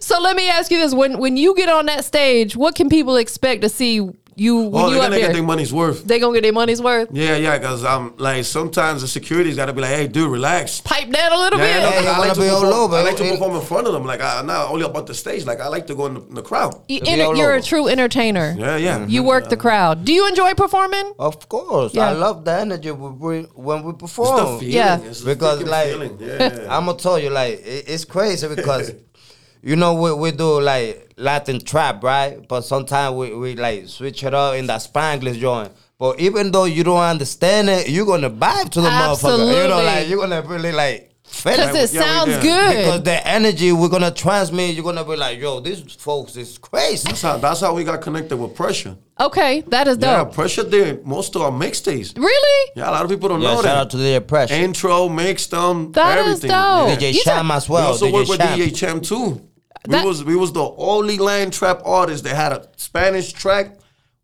[SPEAKER 2] so let me ask you this: when when you get on that stage, what can people expect to see you when
[SPEAKER 4] Oh,
[SPEAKER 2] you
[SPEAKER 4] they're
[SPEAKER 2] up
[SPEAKER 4] gonna
[SPEAKER 2] there?
[SPEAKER 4] get their money's worth.
[SPEAKER 2] they gonna get their money's worth.
[SPEAKER 4] Yeah, yeah, because I'm like sometimes the security's gotta be like, hey, dude, relax.
[SPEAKER 2] Pipe down a little
[SPEAKER 4] Yeah, no, 'cause
[SPEAKER 2] bit.
[SPEAKER 3] you
[SPEAKER 4] I, like
[SPEAKER 3] wanna
[SPEAKER 4] to
[SPEAKER 3] be all
[SPEAKER 4] perform,
[SPEAKER 3] over.
[SPEAKER 4] I like to
[SPEAKER 3] It-
[SPEAKER 4] perform in front of them. Like, I'm not only about the stage. Like, I like to go in the, in the crowd.
[SPEAKER 2] You
[SPEAKER 3] be
[SPEAKER 2] enter-
[SPEAKER 3] all
[SPEAKER 2] you're a
[SPEAKER 3] over.
[SPEAKER 2] true entertainer.
[SPEAKER 4] Yeah, yeah.
[SPEAKER 2] You work the crowd. Do you enjoy
[SPEAKER 4] Oh,
[SPEAKER 2] performing?
[SPEAKER 3] Of course,
[SPEAKER 2] Yeah.
[SPEAKER 3] I love the energy we bring when we
[SPEAKER 4] It's the
[SPEAKER 3] perform.
[SPEAKER 4] feeling.
[SPEAKER 2] Yeah.
[SPEAKER 4] It's the
[SPEAKER 3] because
[SPEAKER 4] freaking
[SPEAKER 3] like
[SPEAKER 4] feeling. Yeah.
[SPEAKER 3] I'm gonna tell you, like it, it's crazy because you know we, we do like Latin trap, right? But sometimes we, we like switch it up in that Spanglish joint. But even though you don't understand it, you're gonna vibe to the motherfucker. You know,
[SPEAKER 2] Absolutely.
[SPEAKER 3] like you're gonna really like feel
[SPEAKER 2] Because it
[SPEAKER 3] it.
[SPEAKER 4] yeah, we
[SPEAKER 2] sounds
[SPEAKER 4] do.
[SPEAKER 3] Because
[SPEAKER 2] good.
[SPEAKER 3] the energy we're gonna transmit, you're gonna be like, yo, these folks is crazy.
[SPEAKER 4] that's, how, that's how we got connected with pressure.
[SPEAKER 2] Okay, that is
[SPEAKER 4] Yeah,
[SPEAKER 2] dope.
[SPEAKER 4] pressure did most of our mixtapes.
[SPEAKER 2] Really?
[SPEAKER 4] Yeah, a lot of people don't
[SPEAKER 3] Yeah,
[SPEAKER 4] know
[SPEAKER 3] shout
[SPEAKER 4] that.
[SPEAKER 3] out to the pressure.
[SPEAKER 4] Intro, mix, them,
[SPEAKER 2] That is
[SPEAKER 4] everything.
[SPEAKER 2] dope.
[SPEAKER 4] Yeah.
[SPEAKER 3] DJ
[SPEAKER 2] You
[SPEAKER 3] Sham
[SPEAKER 2] ta-
[SPEAKER 3] as well.
[SPEAKER 4] we also
[SPEAKER 3] DJ
[SPEAKER 4] worked with
[SPEAKER 3] Sham.
[SPEAKER 4] DJ Champ too.
[SPEAKER 2] That-
[SPEAKER 4] we was we was the only land trap artist that had a Spanish track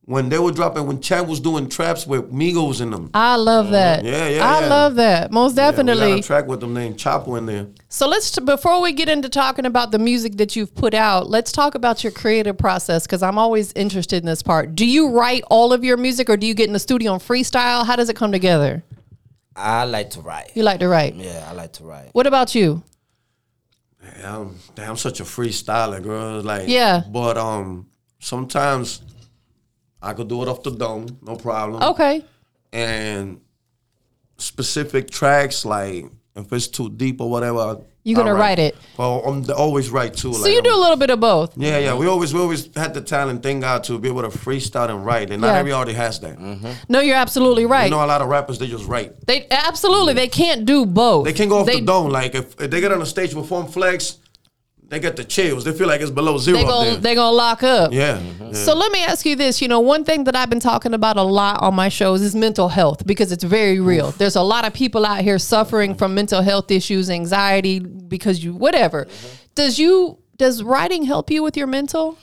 [SPEAKER 4] when they were dropping when Champ was doing traps with Migos in them.
[SPEAKER 2] I love that.
[SPEAKER 4] Mm-hmm. Yeah, yeah,
[SPEAKER 2] I
[SPEAKER 4] yeah.
[SPEAKER 2] love that. Most
[SPEAKER 4] Yeah, we
[SPEAKER 2] definitely.
[SPEAKER 4] got a track with them named Chapo in there.
[SPEAKER 2] so let's t- before we get into talking about the music that you've put out, let's talk about your creative process cuz I'm always interested in this part. Do you write all of your music or do you get in the studio and freestyle? How does it come together?
[SPEAKER 3] I like to write.
[SPEAKER 2] You like to write.
[SPEAKER 3] Yeah, I like to write.
[SPEAKER 2] What about you?
[SPEAKER 4] Yeah, I'm, damn, I'm such a freestyler, girl. Like,
[SPEAKER 2] Yeah.
[SPEAKER 4] But um, sometimes I could do it off the dome, no problem.
[SPEAKER 2] Okay.
[SPEAKER 4] And specific tracks, like if it's too deep or whatever,
[SPEAKER 2] You gonna
[SPEAKER 4] I
[SPEAKER 2] write it.
[SPEAKER 4] Well, I'm always write too.
[SPEAKER 2] So you do a little bit of both.
[SPEAKER 4] Yeah, yeah. We always we always had the talent, thank God, to be able to freestyle and write. And
[SPEAKER 2] Yeah.
[SPEAKER 4] not everybody has that.
[SPEAKER 2] No, you're absolutely
[SPEAKER 4] You
[SPEAKER 2] right.
[SPEAKER 4] know, a lot of rappers they just write.
[SPEAKER 2] They absolutely they can't do both.
[SPEAKER 4] They can go off the dome. Like if, if they get on a stage with Form Flex, they get the chills. They feel like it's below zero.
[SPEAKER 2] They
[SPEAKER 4] up
[SPEAKER 2] gonna
[SPEAKER 4] there.
[SPEAKER 2] they gonna lock up.
[SPEAKER 4] yeah. yeah.
[SPEAKER 2] So let me ask you this. You know, one thing that I've been talking about a lot on my shows is mental health because it's very real. There's a lot of people out here suffering from mental health issues, anxiety, because you whatever.
[SPEAKER 4] Mm-hmm.
[SPEAKER 2] Does you does writing help you with your mental?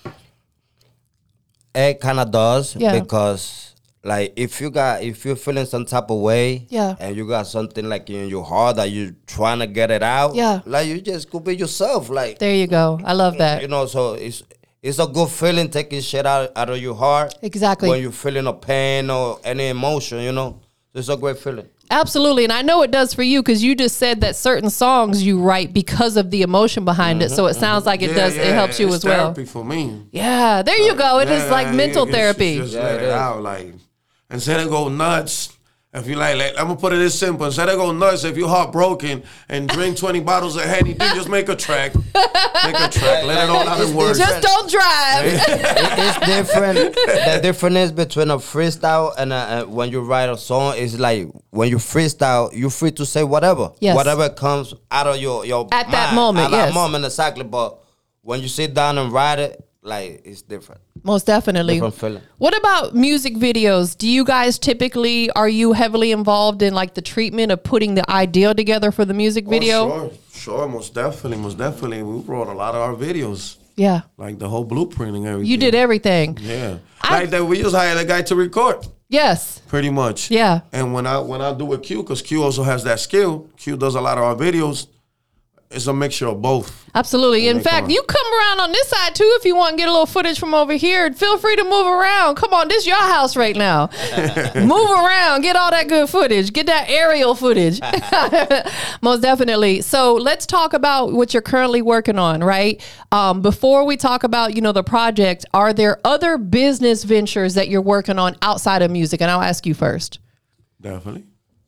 [SPEAKER 3] It kind of does
[SPEAKER 2] Yeah.
[SPEAKER 3] because like if you got if you're feeling some type of way
[SPEAKER 2] Yeah.
[SPEAKER 3] and you got something like in your heart that you trying to get it out
[SPEAKER 2] Yeah.
[SPEAKER 3] like you just could be yourself like
[SPEAKER 2] There you go. I love
[SPEAKER 3] you
[SPEAKER 2] that.
[SPEAKER 3] know so it's it's a good feeling taking shit out, out of your heart
[SPEAKER 2] Exactly.
[SPEAKER 3] when you're feeling a pain or any emotion you know it's a great feeling
[SPEAKER 2] Absolutely. And I know it does for you because you just said that certain songs you write because of the emotion behind it. So it sounds like it
[SPEAKER 4] Mm-hmm. Yeah,
[SPEAKER 2] does it
[SPEAKER 4] yeah,
[SPEAKER 2] helps you
[SPEAKER 4] it's
[SPEAKER 2] as well.
[SPEAKER 4] Therapy for me.
[SPEAKER 2] Yeah, there you go. It is
[SPEAKER 4] Yeah,
[SPEAKER 2] like
[SPEAKER 4] yeah,
[SPEAKER 2] mental
[SPEAKER 4] it's- it's
[SPEAKER 2] therapy.
[SPEAKER 4] just
[SPEAKER 3] Yeah,
[SPEAKER 4] let
[SPEAKER 3] it
[SPEAKER 4] it
[SPEAKER 3] is.
[SPEAKER 4] out, like instead of go nuts. If you like, like, I'm gonna put it this simple. Instead of go nuts, if you're heartbroken and drink 20 bottles of Henny, then just make a track. Make a track. Let it all out in words.
[SPEAKER 2] just don't drive.
[SPEAKER 3] It- it's different. the difference between a freestyle and a, a, when you write a song is like when you freestyle, you're free to say whatever,
[SPEAKER 2] Yes.
[SPEAKER 3] whatever comes out of your your
[SPEAKER 2] At that
[SPEAKER 3] mind,
[SPEAKER 2] moment,
[SPEAKER 3] at that
[SPEAKER 2] yes.
[SPEAKER 3] moment exactly. But when you sit down and write it, like it's different.
[SPEAKER 2] Most definitely.
[SPEAKER 3] Different feeling.
[SPEAKER 2] What about music videos? Do you guys typically are you heavily involved in like the treatment of putting the idea together for the music video?
[SPEAKER 4] Oh, sure, sure, most definitely, most definitely. We brought a lot of our videos,
[SPEAKER 2] Yeah.
[SPEAKER 4] like the whole blueprint and everything.
[SPEAKER 2] You did everything.
[SPEAKER 4] Yeah.
[SPEAKER 2] I-
[SPEAKER 4] like that, we just hired a guy to record.
[SPEAKER 2] Yes.
[SPEAKER 4] pretty much.
[SPEAKER 2] Yeah.
[SPEAKER 4] And when I when I do with Q, because Q also has that skill. Q does a lot of our videos. It's a mixture of both.
[SPEAKER 2] Absolutely. In
[SPEAKER 4] Yeah, come
[SPEAKER 2] fact,
[SPEAKER 4] on.
[SPEAKER 2] you come around on this side too if you want to get a little footage from over here. Feel free to move around. Come on, this your house right now. move around, get all that good footage, get that aerial footage. Most definitely. So let's talk about what you're currently working on, right? Um, before we talk about you know the project, are there other business ventures that you're working on outside of music? And I'll ask you first.
[SPEAKER 4] Definitely.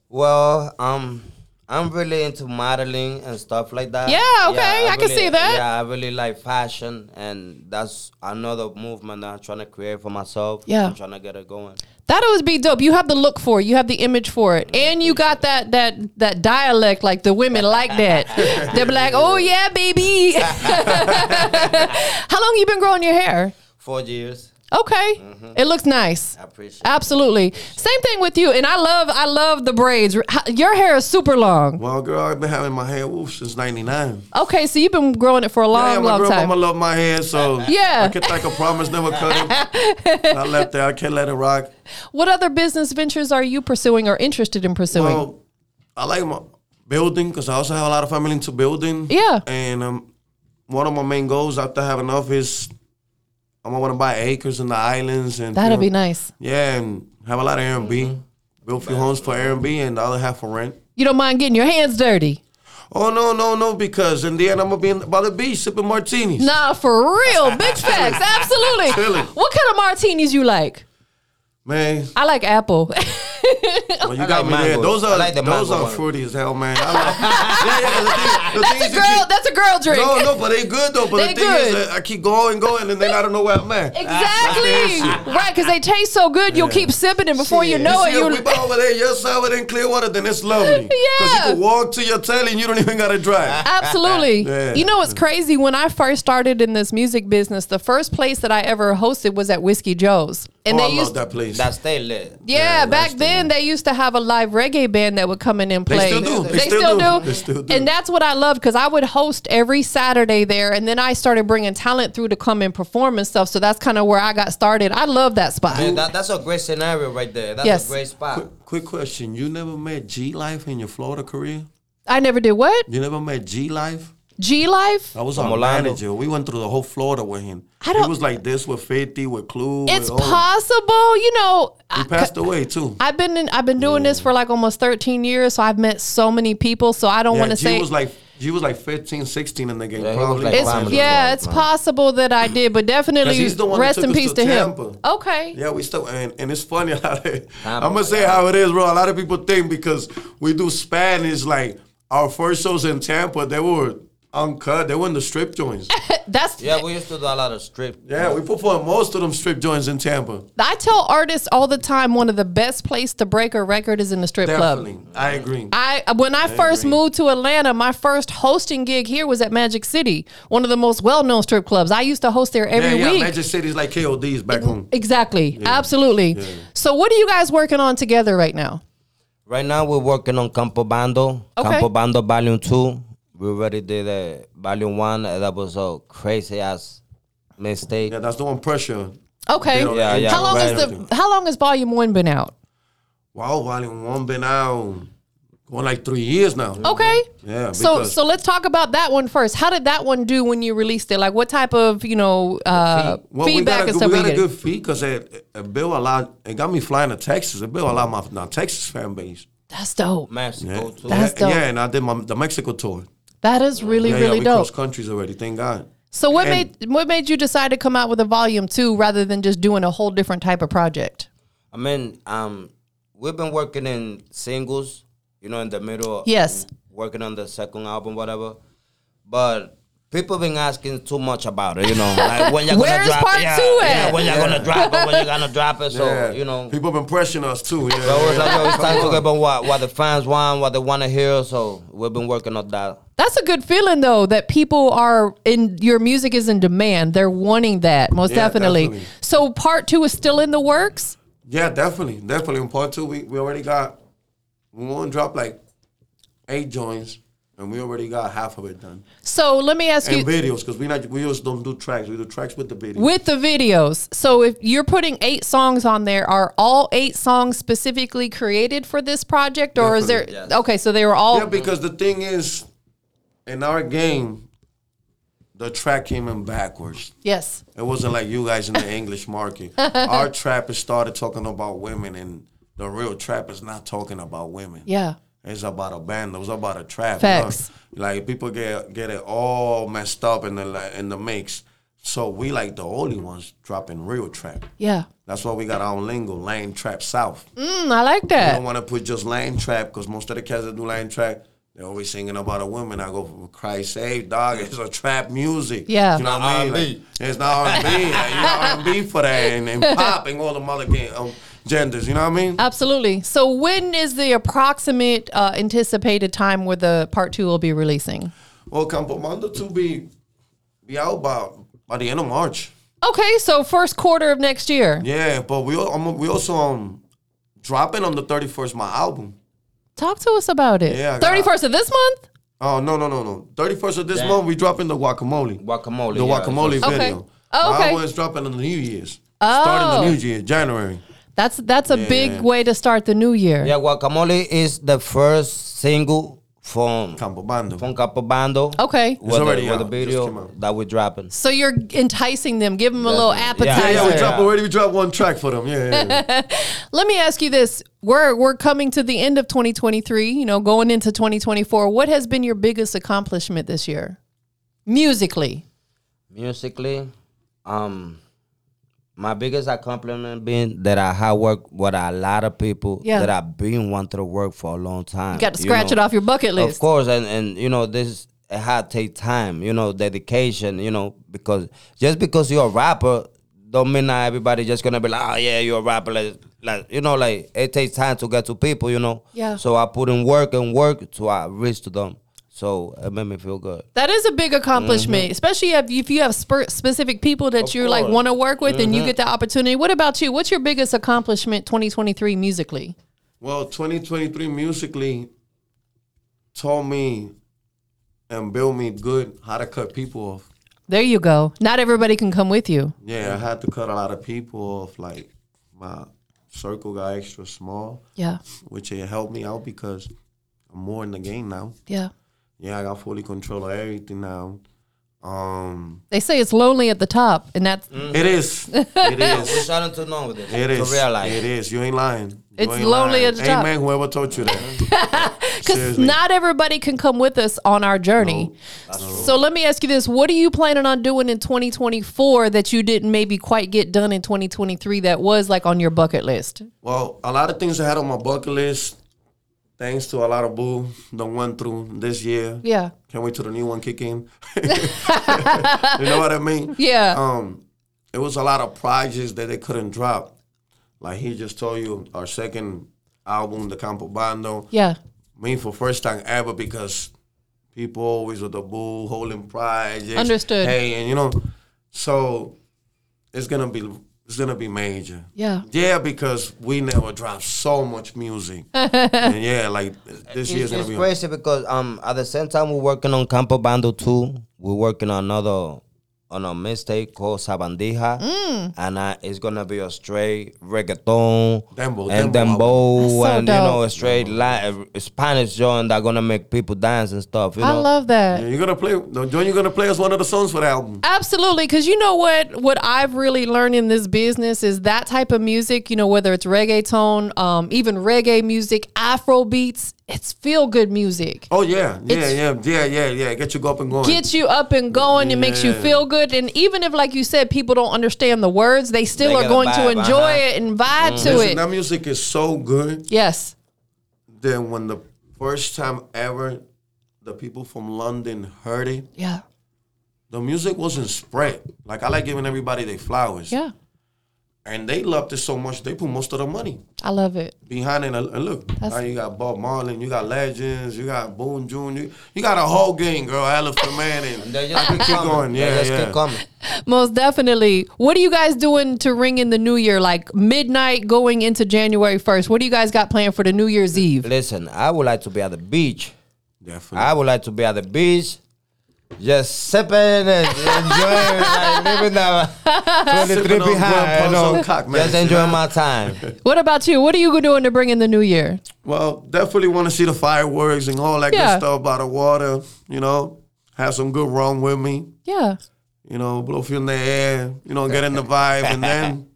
[SPEAKER 3] Well, um, I'm really into modeling and stuff like that.
[SPEAKER 2] Yeah, okay, I can
[SPEAKER 3] really-
[SPEAKER 2] see that.
[SPEAKER 3] Yeah, I really like fashion, and that's another movement that I'm trying to create for myself.
[SPEAKER 2] Yeah.
[SPEAKER 3] I'm trying to get it going.
[SPEAKER 2] That would be dope. You have the look for it. You have the image for it, and you got that that that dialect. Like the women like that. They're like, "Oh yeah, baby." How long you been growing your hair?
[SPEAKER 3] Four years,
[SPEAKER 2] Okay, it looks nice.
[SPEAKER 3] I appreciate. it.
[SPEAKER 2] Absolutely. Same thing with you. And I love I love the braids. How- Your hair is super long.
[SPEAKER 4] Well, girl, I've been having my hair woof since '99.
[SPEAKER 2] Okay, so you've been growing it for a long,
[SPEAKER 4] yeah, my
[SPEAKER 2] long time.
[SPEAKER 4] grandmama loved my hair, so
[SPEAKER 2] Yeah.
[SPEAKER 4] I can like a promise never cut it. I left there. I can't let it rock.
[SPEAKER 2] What other business ventures are you pursuing or interested in pursuing?
[SPEAKER 4] Well, I like my building because I also have a lot of family into building.
[SPEAKER 2] Yeah.
[SPEAKER 4] And um, one of my main goals after having enough is I'm gonna want to buy acres in the islands and
[SPEAKER 2] That'd
[SPEAKER 4] build-
[SPEAKER 2] be nice.
[SPEAKER 4] Yeah, and have a lot of Airbnb. Build a few homes for Airbnb and the other half for rent.
[SPEAKER 2] You don't mind getting your hands dirty.
[SPEAKER 4] Oh no, no, no! Because in the end, I'm gonna be in, by the beach sipping martinis.
[SPEAKER 2] Nah, for real. Big facts. Absolutely.
[SPEAKER 4] Chilling.
[SPEAKER 2] What kind of martinis you like?
[SPEAKER 4] Man,
[SPEAKER 2] I like apple.
[SPEAKER 4] well, you
[SPEAKER 3] I
[SPEAKER 4] got
[SPEAKER 3] like
[SPEAKER 4] me there.
[SPEAKER 3] mangoes.
[SPEAKER 4] Those are
[SPEAKER 3] I like the
[SPEAKER 4] those
[SPEAKER 3] mango
[SPEAKER 4] are
[SPEAKER 3] one.
[SPEAKER 4] fruity as hell, man. I like, yeah, yeah, the thing, the
[SPEAKER 2] that's a
[SPEAKER 4] things
[SPEAKER 2] girl.
[SPEAKER 4] that
[SPEAKER 2] That's a girl drink.
[SPEAKER 4] keep- no, no, but they good though. But
[SPEAKER 2] They
[SPEAKER 4] the thing is,
[SPEAKER 2] good.
[SPEAKER 4] that I keep going, going, and then I don't know where I'm at.
[SPEAKER 2] Exactly. right, because they taste so good, you'll keep sipping it before you know
[SPEAKER 4] see,
[SPEAKER 2] it.
[SPEAKER 4] if we
[SPEAKER 2] You
[SPEAKER 4] buy over there, your side in Clearwater, then it's lovely. Because you
[SPEAKER 2] Yeah.
[SPEAKER 4] can walk to your telly and you don't even gotta drive.
[SPEAKER 2] Absolutely.
[SPEAKER 4] Yeah.
[SPEAKER 2] You know what's crazy? When I first started in this music business, the first place that I ever hosted was at Whiskey Joe's. And
[SPEAKER 4] oh, I
[SPEAKER 2] they used
[SPEAKER 4] love that place.
[SPEAKER 3] That stay lit.
[SPEAKER 2] Yeah, back then they used to have a live reggae band that would come in and play.
[SPEAKER 4] still do. They still do. They still do.
[SPEAKER 2] And that's what I loved because I would host every Saturday there, and then I started bringing talent through to come and perform and stuff. So that's kind of where I got started. I love that spot.
[SPEAKER 3] Man, that, that's a great scenario right there. That's
[SPEAKER 2] Yes.
[SPEAKER 3] a great spot.
[SPEAKER 4] Quick, quick question. You never met G Life in your Florida career?
[SPEAKER 2] I never did what
[SPEAKER 4] You never met G Life?
[SPEAKER 2] G Life.
[SPEAKER 4] I was our
[SPEAKER 3] From Orlando.
[SPEAKER 4] manager. We went through the whole Florida with him.
[SPEAKER 2] I don't-
[SPEAKER 4] It was like this with 50, with Clue.
[SPEAKER 2] It's
[SPEAKER 4] with all-
[SPEAKER 2] possible, you know.
[SPEAKER 4] He oh. passed away too.
[SPEAKER 2] I've been in, I've been doing this for like almost 13 years, so I've met so many people. So I don't want
[SPEAKER 4] yeah,
[SPEAKER 2] to
[SPEAKER 4] G
[SPEAKER 2] say
[SPEAKER 4] was like G was like 15, 16 in the game.
[SPEAKER 3] Yeah, he was
[SPEAKER 4] probably.
[SPEAKER 3] like
[SPEAKER 2] it's,
[SPEAKER 3] Obama was
[SPEAKER 2] yeah,
[SPEAKER 3] like,
[SPEAKER 2] it's
[SPEAKER 3] man.
[SPEAKER 2] possible that I did, but
[SPEAKER 4] 'Cause
[SPEAKER 2] definitely
[SPEAKER 4] he's the one that
[SPEAKER 2] rest
[SPEAKER 4] took
[SPEAKER 2] in
[SPEAKER 4] us
[SPEAKER 2] peace to,
[SPEAKER 4] to
[SPEAKER 2] him.
[SPEAKER 4] Tampa.
[SPEAKER 2] Okay.
[SPEAKER 4] Yeah, we still and, and it's funny how they, I'm gonna say how it is, bro. A lot of people think because we do Spanish, like our first shows in Tampa, they were uncut. They were in the strip joints.
[SPEAKER 2] That's
[SPEAKER 3] Yeah, we used to do a lot of strip.
[SPEAKER 4] Yeah, we performed most of them strip joints in Tampa.
[SPEAKER 2] I tell artists all the time one of the best place to break a record is in the strip
[SPEAKER 4] Definitely,
[SPEAKER 2] club.
[SPEAKER 4] I agree.
[SPEAKER 2] I when I first
[SPEAKER 4] agree.
[SPEAKER 2] moved to Atlanta, my first hosting gig here was at Magic City, one of the most well-known strip clubs. I used to host there every
[SPEAKER 4] yeah, yeah,
[SPEAKER 2] week.
[SPEAKER 4] Magic City's like KOD's back home.
[SPEAKER 2] Exactly. Absolutely. So what are you guys working on together right now?
[SPEAKER 3] Right now we're working on Campo Bando.
[SPEAKER 2] Okay.
[SPEAKER 3] Campo Bando Volume Two. We already did uh, Volume One. and that was a crazy ass mistake.
[SPEAKER 4] Yeah, that's the one pressure.
[SPEAKER 2] Okay.
[SPEAKER 4] They don't-
[SPEAKER 3] Yeah, yeah.
[SPEAKER 2] How long
[SPEAKER 4] right.
[SPEAKER 2] is the how long has volume one been out?
[SPEAKER 4] Wow, Volume One been out going like three years now.
[SPEAKER 2] Okay.
[SPEAKER 4] Yeah,
[SPEAKER 2] So
[SPEAKER 4] because-
[SPEAKER 2] so let's talk about that one first. How did that one do when you released it? Like what type of, you know, uh,
[SPEAKER 4] Well,
[SPEAKER 2] feedback
[SPEAKER 4] we got a,
[SPEAKER 2] and
[SPEAKER 4] good-
[SPEAKER 2] stuff
[SPEAKER 4] we
[SPEAKER 2] we
[SPEAKER 4] got a
[SPEAKER 2] get?
[SPEAKER 4] good fee because it, it built a lot. It got me flying to Texas. It built a lot of my, my Texas fan base.
[SPEAKER 2] That's dope.
[SPEAKER 3] Mexico too.
[SPEAKER 2] That's
[SPEAKER 4] yeah,
[SPEAKER 2] dope.
[SPEAKER 4] yeah, and I did my the Mexico tour.
[SPEAKER 2] That is really,
[SPEAKER 4] yeah,
[SPEAKER 2] really
[SPEAKER 4] yeah, we
[SPEAKER 2] dope.
[SPEAKER 4] crossed countries already. Thank God.
[SPEAKER 2] So what
[SPEAKER 4] And-
[SPEAKER 2] made what made you decide to come out with a volume two rather than just doing a whole different type of project?
[SPEAKER 3] I mean, um, we've been working in singles, you know, in the middle.
[SPEAKER 2] Yes.
[SPEAKER 3] Working on the second album, whatever. But people been asking too much about it, you know. Like when you're
[SPEAKER 2] Where's
[SPEAKER 3] gonna drop
[SPEAKER 2] part
[SPEAKER 3] it. Yeah,
[SPEAKER 2] two
[SPEAKER 3] yeah,
[SPEAKER 2] at?
[SPEAKER 3] when you're gonna drop it, when you're gonna drop it. So,
[SPEAKER 4] yeah,
[SPEAKER 3] you know.
[SPEAKER 4] people been pressuring us too. Yeah,
[SPEAKER 3] So it's
[SPEAKER 4] yeah,
[SPEAKER 3] like, yo, it's time to
[SPEAKER 4] Come
[SPEAKER 3] get
[SPEAKER 4] on.
[SPEAKER 3] about what, what the fans want, what they want to hear. So we've been working on that.
[SPEAKER 2] That's a good feeling though that people are in your music is in demand. They're wanting that most
[SPEAKER 4] Yeah,
[SPEAKER 2] definitely.
[SPEAKER 4] definitely.
[SPEAKER 2] So part two is still in the works.
[SPEAKER 4] Yeah, definitely, definitely. In part two, we, we already got we won't drop like eight joints, and we already got half of it done.
[SPEAKER 2] So let me ask you
[SPEAKER 4] And videos, because we not we just don't do tracks. We do tracks with the videos.
[SPEAKER 2] with the videos. So if you're putting eight songs on there, are all eight songs specifically created for this project, or is there?
[SPEAKER 4] Definitely,
[SPEAKER 3] yes.
[SPEAKER 2] Okay, so they were all
[SPEAKER 4] Yeah, because the thing is, in our game, the track came in backwards.
[SPEAKER 2] yes.
[SPEAKER 4] It wasn't like you guys in the English market. our trappers started talking about women, and the real trap is not talking about women.
[SPEAKER 2] Yeah.
[SPEAKER 4] It's about a band. It was about a trap.
[SPEAKER 2] Facts.
[SPEAKER 4] you know? Like people get get it all messed up in the li- in the mix. So we like the only ones dropping real trap.
[SPEAKER 2] Yeah.
[SPEAKER 4] That's why we got our own lingo, Lane Trap South.
[SPEAKER 2] Mm, I like
[SPEAKER 4] I
[SPEAKER 2] that.
[SPEAKER 4] don't want to put just line trap because most of the cats that do line trap, they're always singing about a woman. I go, for Christ save, dog. It's a trap music.
[SPEAKER 2] Yeah.
[SPEAKER 4] You know what I mean?
[SPEAKER 3] Not
[SPEAKER 4] Like,
[SPEAKER 3] R&B.
[SPEAKER 4] it's not R&B. like, you know, R&B for that and, and pop and all the mother ga- um, genders. You know what I mean?
[SPEAKER 2] Absolutely. So when is the approximate uh, anticipated time where the part two will be releasing?
[SPEAKER 4] well, Campo Mando 2 be, be out by, by the end of March.
[SPEAKER 2] Okay, so first quarter of next year.
[SPEAKER 4] Yeah, but we, al- I'm, we also um, dropping on the 31st my album.
[SPEAKER 2] Talk to us about it.
[SPEAKER 4] Yeah, I got-
[SPEAKER 2] Thirty first of this month.
[SPEAKER 4] Oh no no no no! Thirty first of this month we dropping the guacamole.
[SPEAKER 3] Guacamole,
[SPEAKER 4] The
[SPEAKER 3] yeah,
[SPEAKER 4] guacamole
[SPEAKER 3] so-
[SPEAKER 2] Okay.
[SPEAKER 4] video.
[SPEAKER 2] Oh,
[SPEAKER 4] My
[SPEAKER 2] okay.
[SPEAKER 4] album is dropping on the New Year's. Starting
[SPEAKER 2] Oh.
[SPEAKER 4] the New Year, January.
[SPEAKER 2] That's that's a big
[SPEAKER 4] Yeah.
[SPEAKER 2] way to start the new year.
[SPEAKER 3] Yeah, Guacamole is the first single from
[SPEAKER 4] Campo Bando.
[SPEAKER 3] from Capo Bando.
[SPEAKER 2] Okay.
[SPEAKER 3] With the-
[SPEAKER 4] already
[SPEAKER 3] with
[SPEAKER 4] out.
[SPEAKER 3] the
[SPEAKER 4] Just came
[SPEAKER 3] video
[SPEAKER 4] out.
[SPEAKER 3] that we're dropping.
[SPEAKER 2] So you're enticing them, give them a little
[SPEAKER 3] Definitely. Yeah.
[SPEAKER 2] appetizer.
[SPEAKER 4] Yeah, yeah, we
[SPEAKER 3] Yeah.
[SPEAKER 4] drop already. We drop one track for them. Yeah, yeah, yeah.
[SPEAKER 2] Let me ask you this. We're we're coming to the end of 2023, you know, going into 2024. What has been your biggest accomplishment this year? Musically.
[SPEAKER 3] Musically, um, my biggest accomplishment being that I have worked with a lot of people
[SPEAKER 2] Yeah.
[SPEAKER 3] that I've been wanting to work for a long time.
[SPEAKER 2] You got to scratch it off your bucket
[SPEAKER 3] Of
[SPEAKER 2] list.
[SPEAKER 3] course, and and you know this it had take time, you know, dedication, you know, because just because you're a rapper don't mean that everybody just gonna be like, oh yeah, you're a rapper, like, like you know, like it takes time to get to people, you know.
[SPEAKER 2] Yeah.
[SPEAKER 3] So I put in work and work to I reach to them. So it made me feel good.
[SPEAKER 2] That is a big accomplishment, especially if, if you have spur- specific people that
[SPEAKER 3] Mm-hmm. Of
[SPEAKER 2] you like
[SPEAKER 3] course. Mm-hmm.
[SPEAKER 2] want to work with and you get the opportunity. What about you? What's your biggest accomplishment 2023 musically?
[SPEAKER 4] well, 2023 musically taught me and built me good how to cut people off.
[SPEAKER 2] There you go. Not everybody can come with you.
[SPEAKER 4] Yeah, I had to cut a lot of people off. Like my circle got extra small,
[SPEAKER 2] Yeah.
[SPEAKER 4] which it helped me out because I'm more in the game now.
[SPEAKER 2] Yeah.
[SPEAKER 4] Yeah, I got fully control of everything now. Um,
[SPEAKER 2] They say it's lonely at the top and that's
[SPEAKER 3] Mm,
[SPEAKER 4] It is. It
[SPEAKER 3] We're
[SPEAKER 4] is.
[SPEAKER 3] starting to know this.
[SPEAKER 4] It is.
[SPEAKER 3] To realize.
[SPEAKER 4] It is. You ain't lying. You
[SPEAKER 2] It's
[SPEAKER 4] ain't
[SPEAKER 2] lonely
[SPEAKER 4] lying.
[SPEAKER 2] at the top.
[SPEAKER 4] Amen. Whoever taught you that.
[SPEAKER 2] because
[SPEAKER 4] Seriously.
[SPEAKER 2] not everybody can come with us on our journey. so let me ask you this: What are you planning on doing in 2024 that you didn't maybe quite get done in 2023? That was like on your bucket list.
[SPEAKER 4] Well, a lot of things I had on my bucket list Thanks to a lot of bull that went through this year.
[SPEAKER 2] Yeah.
[SPEAKER 4] Can't wait till the new one kick in. you know what I mean?
[SPEAKER 2] Yeah.
[SPEAKER 4] Um, it was a lot of projects that they couldn't drop. Like he just told you, our second album, The Campo Bando.
[SPEAKER 2] yeah.
[SPEAKER 4] Me for first time ever because people always with the bull holding projects.
[SPEAKER 2] Understood.
[SPEAKER 4] Hey, and you know, so it's gonna be it's gonna be major.
[SPEAKER 2] Yeah.
[SPEAKER 4] Yeah, because we never dropped so much music. and yeah, like this
[SPEAKER 3] It's,
[SPEAKER 4] year's gonna
[SPEAKER 3] it's
[SPEAKER 4] be
[SPEAKER 3] crazy because um at the same time we're working on Campo Bando too. We're working on another on a mistake called Sabandija,
[SPEAKER 2] Mm.
[SPEAKER 3] and uh, it's gonna be a straight reggaeton
[SPEAKER 4] Dembo,
[SPEAKER 3] and
[SPEAKER 4] dembo.
[SPEAKER 3] dembo,
[SPEAKER 2] That's so
[SPEAKER 3] and you know
[SPEAKER 2] dope.
[SPEAKER 3] a straight Latin, a Spanish joint that gonna make people dance and stuff. You
[SPEAKER 2] I
[SPEAKER 3] know?
[SPEAKER 2] love that.
[SPEAKER 4] Yeah, you're gonna play. No, John, you're gonna play us one of the songs for the album.
[SPEAKER 2] Absolutely, because you know what? What I've really learned in this business is that type of music. You know, whether it's reggaeton, um, even reggae music, Afro beats, it's feel good music.
[SPEAKER 4] Oh yeah, yeah,
[SPEAKER 2] It's-
[SPEAKER 4] yeah, yeah, yeah, yeah. Get you go up and going.
[SPEAKER 2] Gets you up and going. It makes you
[SPEAKER 4] Yeah.
[SPEAKER 2] feel good. And even if, like you said, people don't understand the words, they still
[SPEAKER 3] They
[SPEAKER 2] are
[SPEAKER 3] get a
[SPEAKER 2] going to
[SPEAKER 3] vibe,
[SPEAKER 2] enjoy
[SPEAKER 3] uh-huh.
[SPEAKER 2] it and vibe to
[SPEAKER 4] Listen,
[SPEAKER 2] it.
[SPEAKER 4] that music is so good
[SPEAKER 2] yes.
[SPEAKER 4] that when the first time ever the people from London heard it,
[SPEAKER 2] Yeah.
[SPEAKER 4] the music wasn't spread. Like I like giving everybody their flowers.
[SPEAKER 2] Yeah.
[SPEAKER 4] And they loved it so much they put most of the money
[SPEAKER 2] I love it.
[SPEAKER 4] behind it. And look,
[SPEAKER 2] That's-
[SPEAKER 4] now you got Bob Marley, you got Legends, you got Boone Jr., you, you got a whole gang, girl, Elephant Man, and
[SPEAKER 3] They just keep coming.
[SPEAKER 4] going, yeah,
[SPEAKER 3] they just
[SPEAKER 4] yeah.
[SPEAKER 3] keep coming.
[SPEAKER 2] Most definitely. What are you guys doing to ring in the new year? Like midnight going into January 1st. What do you guys got planned for the New Year's Eve?
[SPEAKER 3] Listen, I would like to be at the beach.
[SPEAKER 4] definitely.
[SPEAKER 3] I would like to be at the beach, just sipping and enjoying, like living that 23
[SPEAKER 4] Sipping on
[SPEAKER 3] behind.
[SPEAKER 4] grandpa's
[SPEAKER 3] You know,
[SPEAKER 4] old cock, man.
[SPEAKER 3] just enjoying my time.
[SPEAKER 2] What about you? What are you doing to bring in the new year?
[SPEAKER 4] Well, definitely want to see the fireworks and all that
[SPEAKER 2] Yeah.
[SPEAKER 4] good stuff by the water. You know, have some good rum with me.
[SPEAKER 2] Yeah.
[SPEAKER 4] You know, blow a few in the air. You know, get in the vibe, and then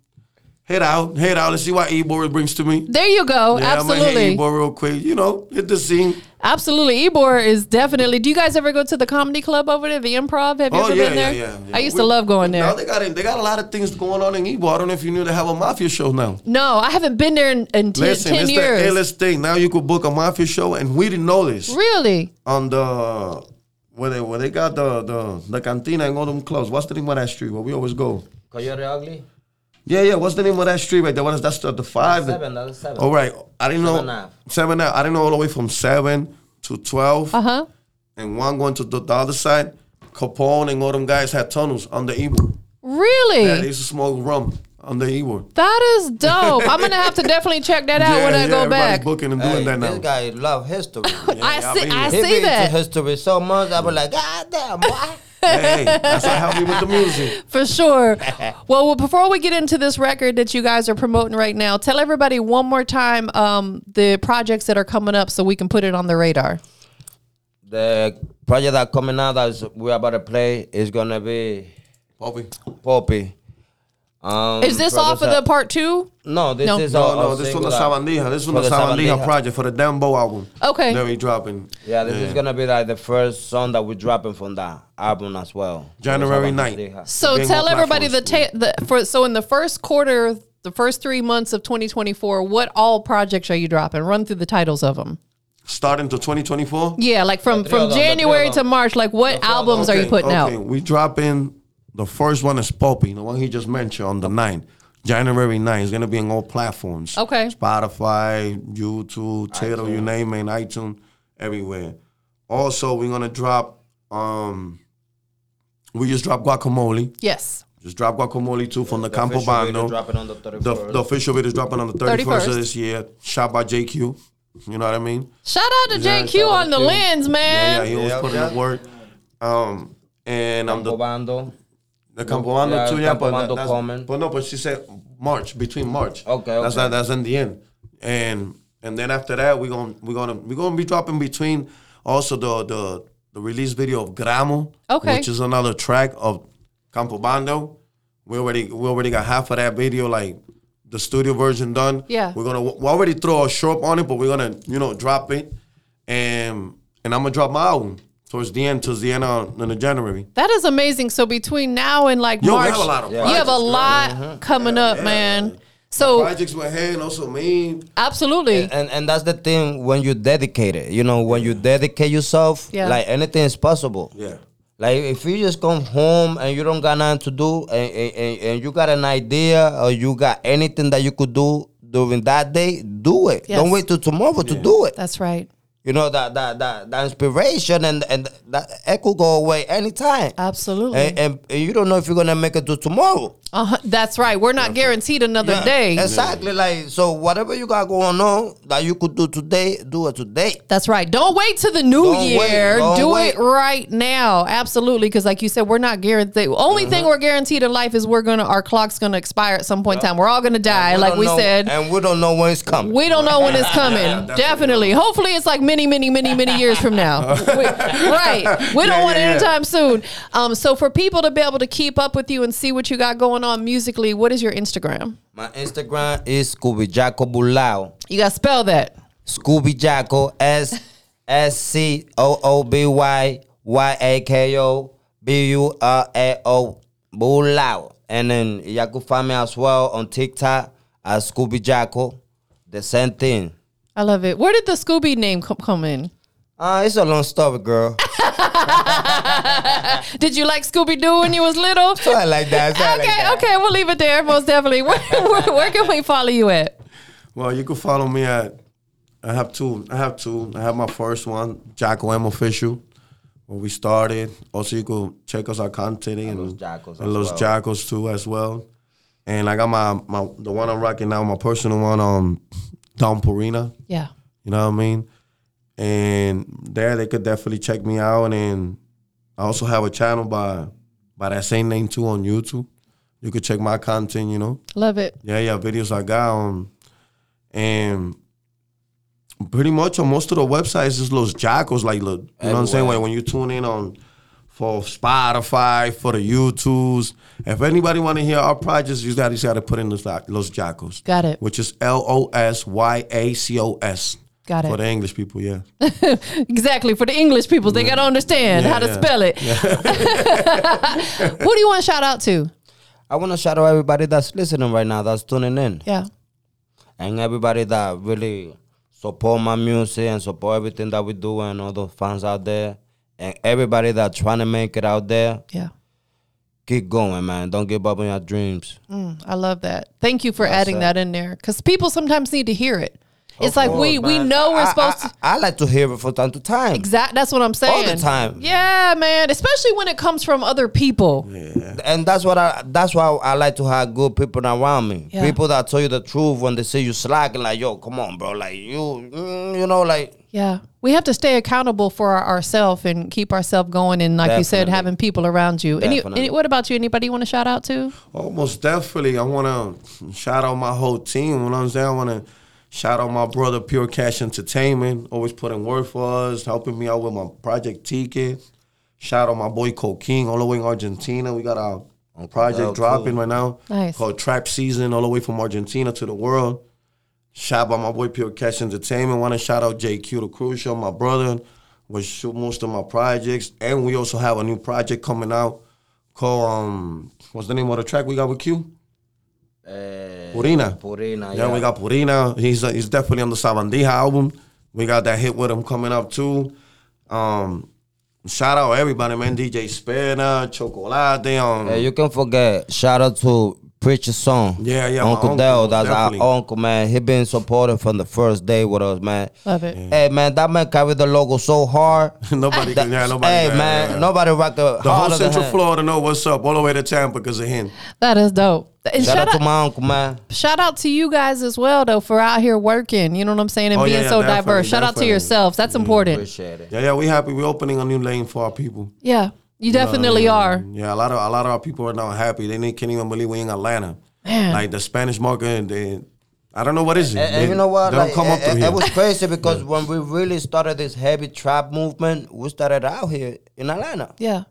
[SPEAKER 4] head out, head out, and see what Ebor brings to me.
[SPEAKER 2] There you go.
[SPEAKER 4] Yeah, I'm gonna
[SPEAKER 2] Absolutely.
[SPEAKER 4] hit Ebor real quick. You know, hit the scene.
[SPEAKER 2] Absolutely. Ebor is definitely. Do you guys ever go to the comedy club over there, the improv? Have you
[SPEAKER 4] Oh
[SPEAKER 2] ever
[SPEAKER 4] yeah,
[SPEAKER 2] been
[SPEAKER 4] yeah,
[SPEAKER 2] there?
[SPEAKER 4] yeah, yeah.
[SPEAKER 2] I used
[SPEAKER 4] We-
[SPEAKER 2] to love going there.
[SPEAKER 4] Now they got it. They got a lot of things going on in Ebor. I don't know if you knew they have a mafia show now.
[SPEAKER 2] no, I haven't been there in, in ten,
[SPEAKER 4] Listen,
[SPEAKER 2] 10
[SPEAKER 4] it's
[SPEAKER 2] years.
[SPEAKER 4] the illest thing. Now you could book a mafia show, and we didn't know this.
[SPEAKER 2] really?
[SPEAKER 4] on the where they where they got the the the cantina and all them clubs. What's the name of that street where we always go?
[SPEAKER 3] Coyote Ugly?
[SPEAKER 4] Yeah, yeah. What's the name of that street right there? What is that's the, Oh, the five?
[SPEAKER 3] that was seven.
[SPEAKER 4] All right, I didn't know
[SPEAKER 3] Seven Ave.
[SPEAKER 4] seven. Ave. I didn't know all the way from seven to twelve,
[SPEAKER 2] Uh huh.
[SPEAKER 4] and one going to the, the other side. Capone and all them guys had tunnels on the Ebor.
[SPEAKER 2] Really?
[SPEAKER 4] Yeah, they used to smoke rum on the Ebor.
[SPEAKER 2] that is dope. I'm gonna have to definitely check that out
[SPEAKER 4] yeah,
[SPEAKER 2] when I
[SPEAKER 4] yeah,
[SPEAKER 2] go
[SPEAKER 4] everybody's
[SPEAKER 2] back.
[SPEAKER 4] booking and
[SPEAKER 3] Hey,
[SPEAKER 4] doing that
[SPEAKER 3] this
[SPEAKER 4] now.
[SPEAKER 3] guy love history.
[SPEAKER 2] I
[SPEAKER 4] yeah, I've
[SPEAKER 2] see.
[SPEAKER 4] been
[SPEAKER 2] I
[SPEAKER 4] there.
[SPEAKER 3] he
[SPEAKER 2] see
[SPEAKER 3] been to
[SPEAKER 2] that
[SPEAKER 3] history so much. I was like, God damn, boy.
[SPEAKER 4] hey, that's what helped me with the music.
[SPEAKER 2] for sure. well, well, before we get into this record that you guys are promoting right now, tell everybody one more time um, the projects that are coming up so we can put it on the radar.
[SPEAKER 3] the project that coming out that is, we're about to play is gonna be
[SPEAKER 4] Bobby.
[SPEAKER 3] Poppy. Um,
[SPEAKER 2] Is this off of the part two?
[SPEAKER 3] the? No, this
[SPEAKER 2] No.
[SPEAKER 3] is
[SPEAKER 4] No,
[SPEAKER 3] a,
[SPEAKER 4] no,
[SPEAKER 3] a
[SPEAKER 4] this one
[SPEAKER 3] Uh, single
[SPEAKER 4] the
[SPEAKER 3] that-
[SPEAKER 4] Sabandija. This one
[SPEAKER 3] for
[SPEAKER 4] the
[SPEAKER 3] the
[SPEAKER 4] Sabandija
[SPEAKER 3] Sabandija.
[SPEAKER 4] project for the Dembo album.
[SPEAKER 2] Okay.
[SPEAKER 4] That we dropping.
[SPEAKER 3] Yeah, this is gonna be like the first song that we're dropping from that album as well.
[SPEAKER 4] January 9th.
[SPEAKER 2] So
[SPEAKER 4] Being
[SPEAKER 2] tell
[SPEAKER 4] on
[SPEAKER 2] everybody the, ta-
[SPEAKER 4] platforms,
[SPEAKER 2] the for so in the first quarter, the first three months of 2024, what all projects are you dropping? Run through the titles of them.
[SPEAKER 4] starting to 2024.
[SPEAKER 2] Yeah, like from
[SPEAKER 3] The three
[SPEAKER 2] from
[SPEAKER 3] of them, the three of
[SPEAKER 2] January to
[SPEAKER 3] them.
[SPEAKER 2] March, like what albums are you putting out?
[SPEAKER 4] We dropping the first one is Poppy, the one he just mentioned on the 9th. January 9th. It's gonna be on all platforms.
[SPEAKER 2] Okay.
[SPEAKER 4] Spotify, YouTube, Tato, you name it, iTunes, everywhere. Also, we're gonna drop um we just dropped guacamole.
[SPEAKER 2] Yes.
[SPEAKER 4] Just dropped guacamole too from the, Campo Bando.
[SPEAKER 3] Dropping on the 31st.
[SPEAKER 4] The, the official video is dropping on the 31st,
[SPEAKER 2] 31st.
[SPEAKER 4] of this year. Shot by JQ. You know what I mean?
[SPEAKER 2] Shout out to JQ on the lens,
[SPEAKER 4] Yeah, yeah,
[SPEAKER 2] man.
[SPEAKER 4] he always
[SPEAKER 3] Yeah,
[SPEAKER 4] put in
[SPEAKER 3] yeah.
[SPEAKER 4] the work. Um, and I'm the,
[SPEAKER 3] Bando.
[SPEAKER 4] the Campobando
[SPEAKER 3] Yeah,
[SPEAKER 4] too, yeah, but,
[SPEAKER 3] Campobando
[SPEAKER 4] that- that's-
[SPEAKER 3] coming.
[SPEAKER 4] but no, but she said March, between March.
[SPEAKER 3] Okay,
[SPEAKER 4] That's
[SPEAKER 3] okay.
[SPEAKER 4] not, that's in the end. And and then after that, we're gonna we're gonna we're gonna be dropping between also the the, the release video of Gramo,
[SPEAKER 2] Okay.
[SPEAKER 4] which is another track of Campobando. We already we already got half of that video, like the studio version done.
[SPEAKER 2] Yeah.
[SPEAKER 4] We're gonna we already throw a short on it, but we're gonna you know drop it, and and I'm gonna drop my album towards the end, towards the end of, in the January.
[SPEAKER 2] That is amazing. So between now and like
[SPEAKER 4] Yo, we
[SPEAKER 2] March,
[SPEAKER 4] have a lot of
[SPEAKER 2] you have a
[SPEAKER 4] projects,
[SPEAKER 2] lot coming up,
[SPEAKER 4] Yeah.
[SPEAKER 2] man. So
[SPEAKER 4] Projects with her and also me.
[SPEAKER 2] absolutely,
[SPEAKER 3] and and that's the thing when you dedicate it you know when you dedicate yourself
[SPEAKER 2] Yeah.
[SPEAKER 3] like anything is possible
[SPEAKER 4] Yeah.
[SPEAKER 3] like if you just come home and you don't got nothing to do and, and, and, and you got an idea or you got anything that you could do during that day do it
[SPEAKER 2] Yes.
[SPEAKER 3] don't wait till tomorrow to do it
[SPEAKER 2] that's right.
[SPEAKER 3] you know that that that, that inspiration and and that it could go away anytime
[SPEAKER 2] Absolutely.
[SPEAKER 3] and, and, and you don't know if you're gonna make it to tomorrow
[SPEAKER 2] Uh, that's right. We're not guaranteed another day.
[SPEAKER 3] Exactly. Like so whatever you got going on that you could do today, do it today.
[SPEAKER 2] That's right. Don't wait to the new
[SPEAKER 3] Don't wait.
[SPEAKER 2] year.
[SPEAKER 3] Don't
[SPEAKER 2] Do
[SPEAKER 3] wait.
[SPEAKER 2] it right now. Absolutely. Because, like you said, we're not guaranteed. Only thing
[SPEAKER 4] Uh-huh.
[SPEAKER 2] we're guaranteed in life is we're going to, our clock's going to expire at some point in time. We're all going to die,
[SPEAKER 3] And
[SPEAKER 2] like
[SPEAKER 3] don't
[SPEAKER 2] we
[SPEAKER 3] know-
[SPEAKER 2] said.
[SPEAKER 3] And we don't know when it's coming.
[SPEAKER 2] We don't know when it's coming.
[SPEAKER 4] definitely.
[SPEAKER 2] definitely. Hopefully, it's like many, many, many, many years from now. We- right. We don't
[SPEAKER 4] Yeah,
[SPEAKER 2] want it
[SPEAKER 4] yeah, yeah.
[SPEAKER 2] anytime soon. Um, so, for people to be able to keep up with you and see what you got going on musically, what is your Instagram?
[SPEAKER 3] My Instagram is Scooby Jaco Bulao.
[SPEAKER 2] You got to spell that.
[SPEAKER 3] Scooby Jacko S S C O O B Y Y A K O B U R A O Bulao. And then y'all could find me as well on TikTok as Scooby Jacko. The same thing.
[SPEAKER 2] I love it. Where did the Scooby name co- come in?
[SPEAKER 3] Uh, it's a long story, girl.
[SPEAKER 2] Did you like Scooby Doo when you was little?
[SPEAKER 3] So I like that. So I like
[SPEAKER 2] okay,
[SPEAKER 3] that.
[SPEAKER 2] okay, we'll leave it there. Most definitely. Where, where, where can we follow you at?
[SPEAKER 4] Well, you can follow me at. I have two. I have two. I have my first one, Jacko M official, where we started. Also, you can check us out content and,
[SPEAKER 3] Los Jackals
[SPEAKER 4] and
[SPEAKER 3] as
[SPEAKER 4] Los
[SPEAKER 3] well.
[SPEAKER 4] Jackals too as well. And I got my my the one I'm rocking now, my personal one, um, Don Purina.
[SPEAKER 2] Yeah.
[SPEAKER 4] You know what I mean? And there they could definitely check me out. And I also have a channel by by that same name too on YouTube. You could check my content, you know.
[SPEAKER 2] Love it.
[SPEAKER 4] Yeah, yeah, videos I got on. And pretty much on most of the websites is Los Jacos, like look, you know what I'm saying? When, when you tune in on for Spotify, for the YouTubes. If anybody wanna hear our projects, you gotta, you gotta put in Los, Los Jacos.
[SPEAKER 2] Got it.
[SPEAKER 4] Which is L O S Y A C O S.
[SPEAKER 2] Got it.
[SPEAKER 4] For the English people, yeah.
[SPEAKER 2] Exactly. For the English people, they got to understand
[SPEAKER 4] Yeah,
[SPEAKER 2] how to
[SPEAKER 4] yeah.
[SPEAKER 2] spell it. Who do you want to shout out to?
[SPEAKER 3] I want to shout out everybody that's listening right now, that's tuning in,
[SPEAKER 2] Yeah.
[SPEAKER 3] and everybody that really support my music and support everything that we do, and all the fans out there, and everybody that trying to make it out there.
[SPEAKER 2] Yeah.
[SPEAKER 3] Keep going, man. Don't give up on your dreams.
[SPEAKER 2] Mm, I love that. Thank you for adding that in there because people sometimes need to hear it. It's like we we
[SPEAKER 3] Man,
[SPEAKER 2] know we're
[SPEAKER 3] I-
[SPEAKER 2] supposed to.
[SPEAKER 3] I, I like to hear it from time to time.
[SPEAKER 2] Exact. That's what I'm
[SPEAKER 3] All
[SPEAKER 2] saying.
[SPEAKER 3] the time.
[SPEAKER 2] Yeah, man. Especially when it comes from other people.
[SPEAKER 3] And that's what I. That's why I like to have good people around me.
[SPEAKER 2] Yeah.
[SPEAKER 3] People that tell you the truth when they see you slacking. Like, yo, come on, bro. Like you, mm, you know, like
[SPEAKER 2] Yeah, we have to stay accountable for our, ourselves and keep ourselves going. And like you said,
[SPEAKER 3] Definitely.
[SPEAKER 2] having people around you. Any,
[SPEAKER 3] Definitely.
[SPEAKER 2] any- what about you? Anybody you want to shout out to?
[SPEAKER 4] Almost definitely. I want to shout out my whole team. You know what I'm saying? I want to shout out my brother, Pure Cash Entertainment, always putting work for us, helping me out with my project ticket. Shout out my boy Coquin, all the way in Argentina. We got our project
[SPEAKER 3] cool.
[SPEAKER 4] dropping right now
[SPEAKER 2] Nice.
[SPEAKER 4] called Trap Season, all the way from Argentina to the world. Shout out my boy Pure Cash Entertainment. Want to shout out JQ the Crucial, my brother, which shoot most of my projects. And we also have a new project coming out called um, what's the name of the track we got with Q? Purina.
[SPEAKER 3] Eh, Purina.
[SPEAKER 4] Yeah,
[SPEAKER 3] yeah.
[SPEAKER 4] we got Purina. He's uh, he's definitely on the Sabandija album. We got that hit with him coming up too. Um, shout out everybody, man. DJ Spinner, Chocolate. Um,
[SPEAKER 3] Hey, you can forget. Shout out to Preacher Song.
[SPEAKER 4] Yeah, yeah, my
[SPEAKER 3] Uncle
[SPEAKER 4] uncle,
[SPEAKER 3] Dell, that's
[SPEAKER 4] definitely.
[SPEAKER 3] our uncle, man. He been supportive from the first day with us, man.
[SPEAKER 2] Love it.
[SPEAKER 3] Hey, man, that man carried the logo so hard.
[SPEAKER 4] nobody can. Yeah, nobody.
[SPEAKER 3] hey,
[SPEAKER 4] yeah,
[SPEAKER 3] man,
[SPEAKER 4] yeah, yeah.
[SPEAKER 3] nobody rocked the,
[SPEAKER 4] The whole
[SPEAKER 3] harder than
[SPEAKER 4] Central
[SPEAKER 3] him.
[SPEAKER 4] Florida know what's up, all the way to Tampa because of him.
[SPEAKER 2] That is dope. And
[SPEAKER 3] Shout, out,
[SPEAKER 2] shout,
[SPEAKER 3] to my uncle, man.
[SPEAKER 2] shout out to you guys as well, though, for out here working. You know what I'm saying, and
[SPEAKER 4] Oh, yeah,
[SPEAKER 2] being
[SPEAKER 4] yeah,
[SPEAKER 2] so
[SPEAKER 4] definitely,
[SPEAKER 2] diverse. Shout out to
[SPEAKER 4] definitely. Mm,
[SPEAKER 2] yourselves. That's important.
[SPEAKER 3] Appreciate it.
[SPEAKER 4] Yeah, yeah, we happy. We opening a new lane for our people.
[SPEAKER 2] Yeah, you definitely are.
[SPEAKER 4] Yeah, a lot of a lot of our people are now happy. They ain't- can't even believe we in Atlanta.
[SPEAKER 2] Man.
[SPEAKER 4] Like the Spanish market, they, I don't know what is it.
[SPEAKER 3] And, and
[SPEAKER 4] They-
[SPEAKER 3] you know what?
[SPEAKER 4] They don't
[SPEAKER 3] Like,
[SPEAKER 4] come up
[SPEAKER 3] it,
[SPEAKER 4] to
[SPEAKER 3] it-
[SPEAKER 4] here.
[SPEAKER 3] it was crazy because when we really started this heavy trap movement, we started out here in Atlanta.
[SPEAKER 2] Yeah,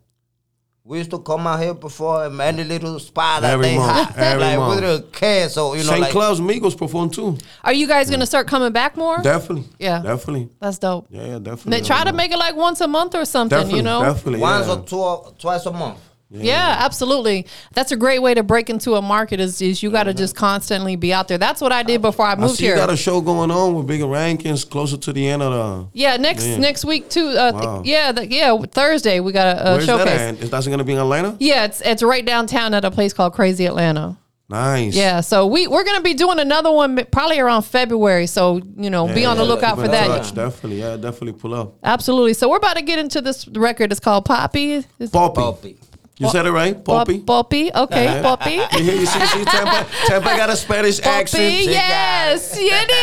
[SPEAKER 3] We used to come out here before in any little spot that
[SPEAKER 4] Every
[SPEAKER 3] they
[SPEAKER 4] month,
[SPEAKER 3] had.
[SPEAKER 4] every
[SPEAKER 3] like,
[SPEAKER 4] month.
[SPEAKER 3] we didn't care. So, you know,
[SPEAKER 4] St.
[SPEAKER 3] like,
[SPEAKER 4] Cloud's Migos perform too.
[SPEAKER 2] are you guys gonna start coming back more?
[SPEAKER 4] Definitely.
[SPEAKER 2] Yeah.
[SPEAKER 4] Definitely.
[SPEAKER 2] That's dope.
[SPEAKER 4] Yeah, yeah, definitely.
[SPEAKER 2] They try to make it like once a month or something.
[SPEAKER 4] definitely,
[SPEAKER 2] you know,
[SPEAKER 4] Definitely.
[SPEAKER 3] once
[SPEAKER 4] yeah.
[SPEAKER 3] or two, twice a month.
[SPEAKER 2] Yeah, absolutely. That's a great way to break into a market. Is is you got to just constantly be out there. That's what I did before I
[SPEAKER 4] I
[SPEAKER 2] moved
[SPEAKER 4] see you
[SPEAKER 2] here.
[SPEAKER 4] got a show going on with bigger rankings closer to the end of the.
[SPEAKER 2] yeah, next
[SPEAKER 4] Man.
[SPEAKER 2] next week too. Uh, th-
[SPEAKER 4] Wow.
[SPEAKER 2] yeah, th- yeah. Thursday we got a, a
[SPEAKER 4] Where's that
[SPEAKER 2] showcase.
[SPEAKER 4] at? Is that going to be in Atlanta?
[SPEAKER 2] Yeah, it's it's right downtown at a place called Crazy Atlanta.
[SPEAKER 4] Nice.
[SPEAKER 2] Yeah, so we we're gonna be doing another one m- probably around February. So you know, be
[SPEAKER 4] Yeah,
[SPEAKER 2] on the
[SPEAKER 4] yeah,
[SPEAKER 2] lookout for
[SPEAKER 4] keep in
[SPEAKER 2] that.
[SPEAKER 4] touch, Definitely, yeah, definitely pull up.
[SPEAKER 2] Absolutely. So we're about to get into this record. It's called Poppy. It's
[SPEAKER 4] Poppy.
[SPEAKER 3] Poppy.
[SPEAKER 4] You said it right, Poppy. Uh-huh.
[SPEAKER 2] Poppy. Okay,
[SPEAKER 4] Yeah.
[SPEAKER 2] Poppy.
[SPEAKER 4] You hear? You see? see Tampa, Tampa got a Spanish
[SPEAKER 2] Poppy,
[SPEAKER 4] accent.
[SPEAKER 2] yes,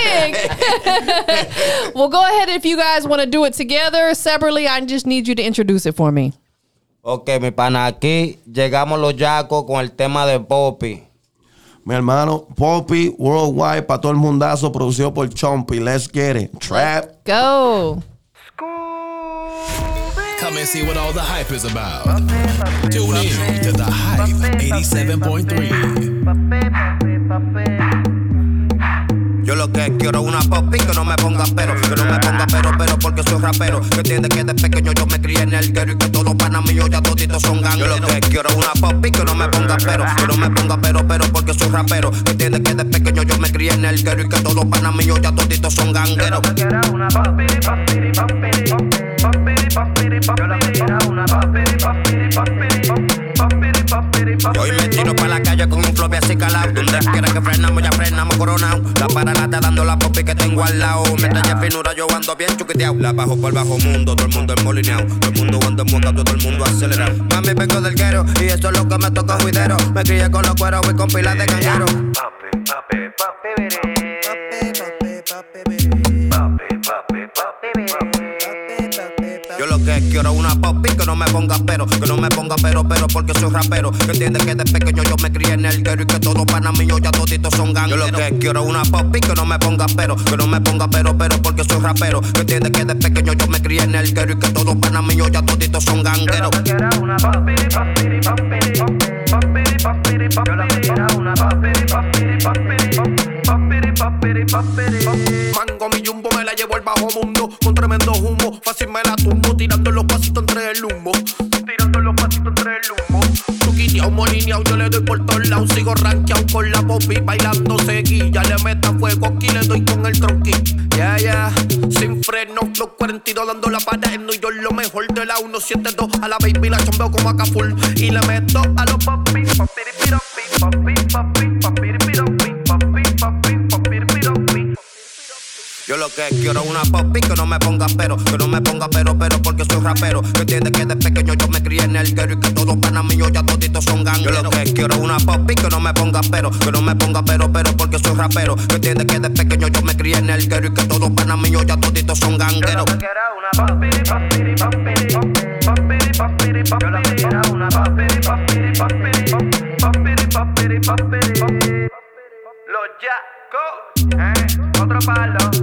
[SPEAKER 2] you dig. well, go ahead if you guys want to do it together separately. I just need you to introduce it for me.
[SPEAKER 3] Ok, mi pana, aquí llegamos los yacos con el tema de Poppy.
[SPEAKER 4] Mi hermano, Poppy Worldwide para todo el mundazo, producido por Chompy. Let's get it. Trap.
[SPEAKER 2] Go.
[SPEAKER 1] Come and see what all the hype is about. Tune in to the hype 87.3.
[SPEAKER 5] Yo lo que quiero es una popi que no me ponga pero, que no me ponga pero, pero porque soy rapero. Que entiende que de pequeño yo me crié en el guero y que todos los panas míos ya toditos son gangueros. Yo lo que quiero es una popi que no me ponga pero, que no me ponga pero, pero porque soy rapero. Que entiende que de pequeño yo me crié en el guero y que todos los panas míos ya toditos son gangueros. Y hoy me tiro pa' la calle con un flow bien así calado. Donde quiera que frenamos, ya frenamos coronado. La paralata dando la popi que tengo al lado. Mientras ya finura yo ando bien chuquiteado. La bajo por bajo mundo, todo el mundo enmolineado. Todo el mundo anda en moto, todo el mundo acelerado. Mami, vengo del guero y eso es lo que me toca juidero. Me crié con los cueros y con pilas de ganguero. Yo lo que quiero es una popi que no me ponga pero, que no me ponga pero, pero porque soy rapero. Que entiende que de pequeño yo me crié en el guero y que todos panas míos ya toditos son gangueros. Yo lo que quiero es una popi que no me ponga pero, que no me ponga pero, pero porque soy rapero. Que entiende que de pequeño yo me crié en el guero y que todos panas míos ya toditos son gangueros. Mango mi jumbo me la llevo al bajo mundo Con tremendo humo, fácil me la tumbo Tirando los pasitos entre el humo Tirando los pasitos entre el humo Chuquiteao, molineao, yo le doy por todos lados Sigo rankeao con la popi bailando seguilla Le meta fuego aquí, le doy con el tronqui Ya, ya, sin freno Los 42 dando la para en New York Lo mejor de la 172 A la baby la chambeo como acá full Y le meto a los papi Papiripiropi, papi, papi, papiripiropi, papi, papi, papiripiropi. Yo lo que quiero es una popi que no me ponga pero, que no me ponga pero, pero porque soy rapero. Que entiende que de pequeño yo me crié en el guero y que todos panas míos ya toditos son gangueros. Yo lo que quiero es una popi que no me ponga pero, que no me ponga pero, pero porque soy rapero. Que entiende que de pequeño yo me crié en el guero y que todos panas míos ya toditos son gangueros.
[SPEAKER 6] Los Jaco, eh, otro palo.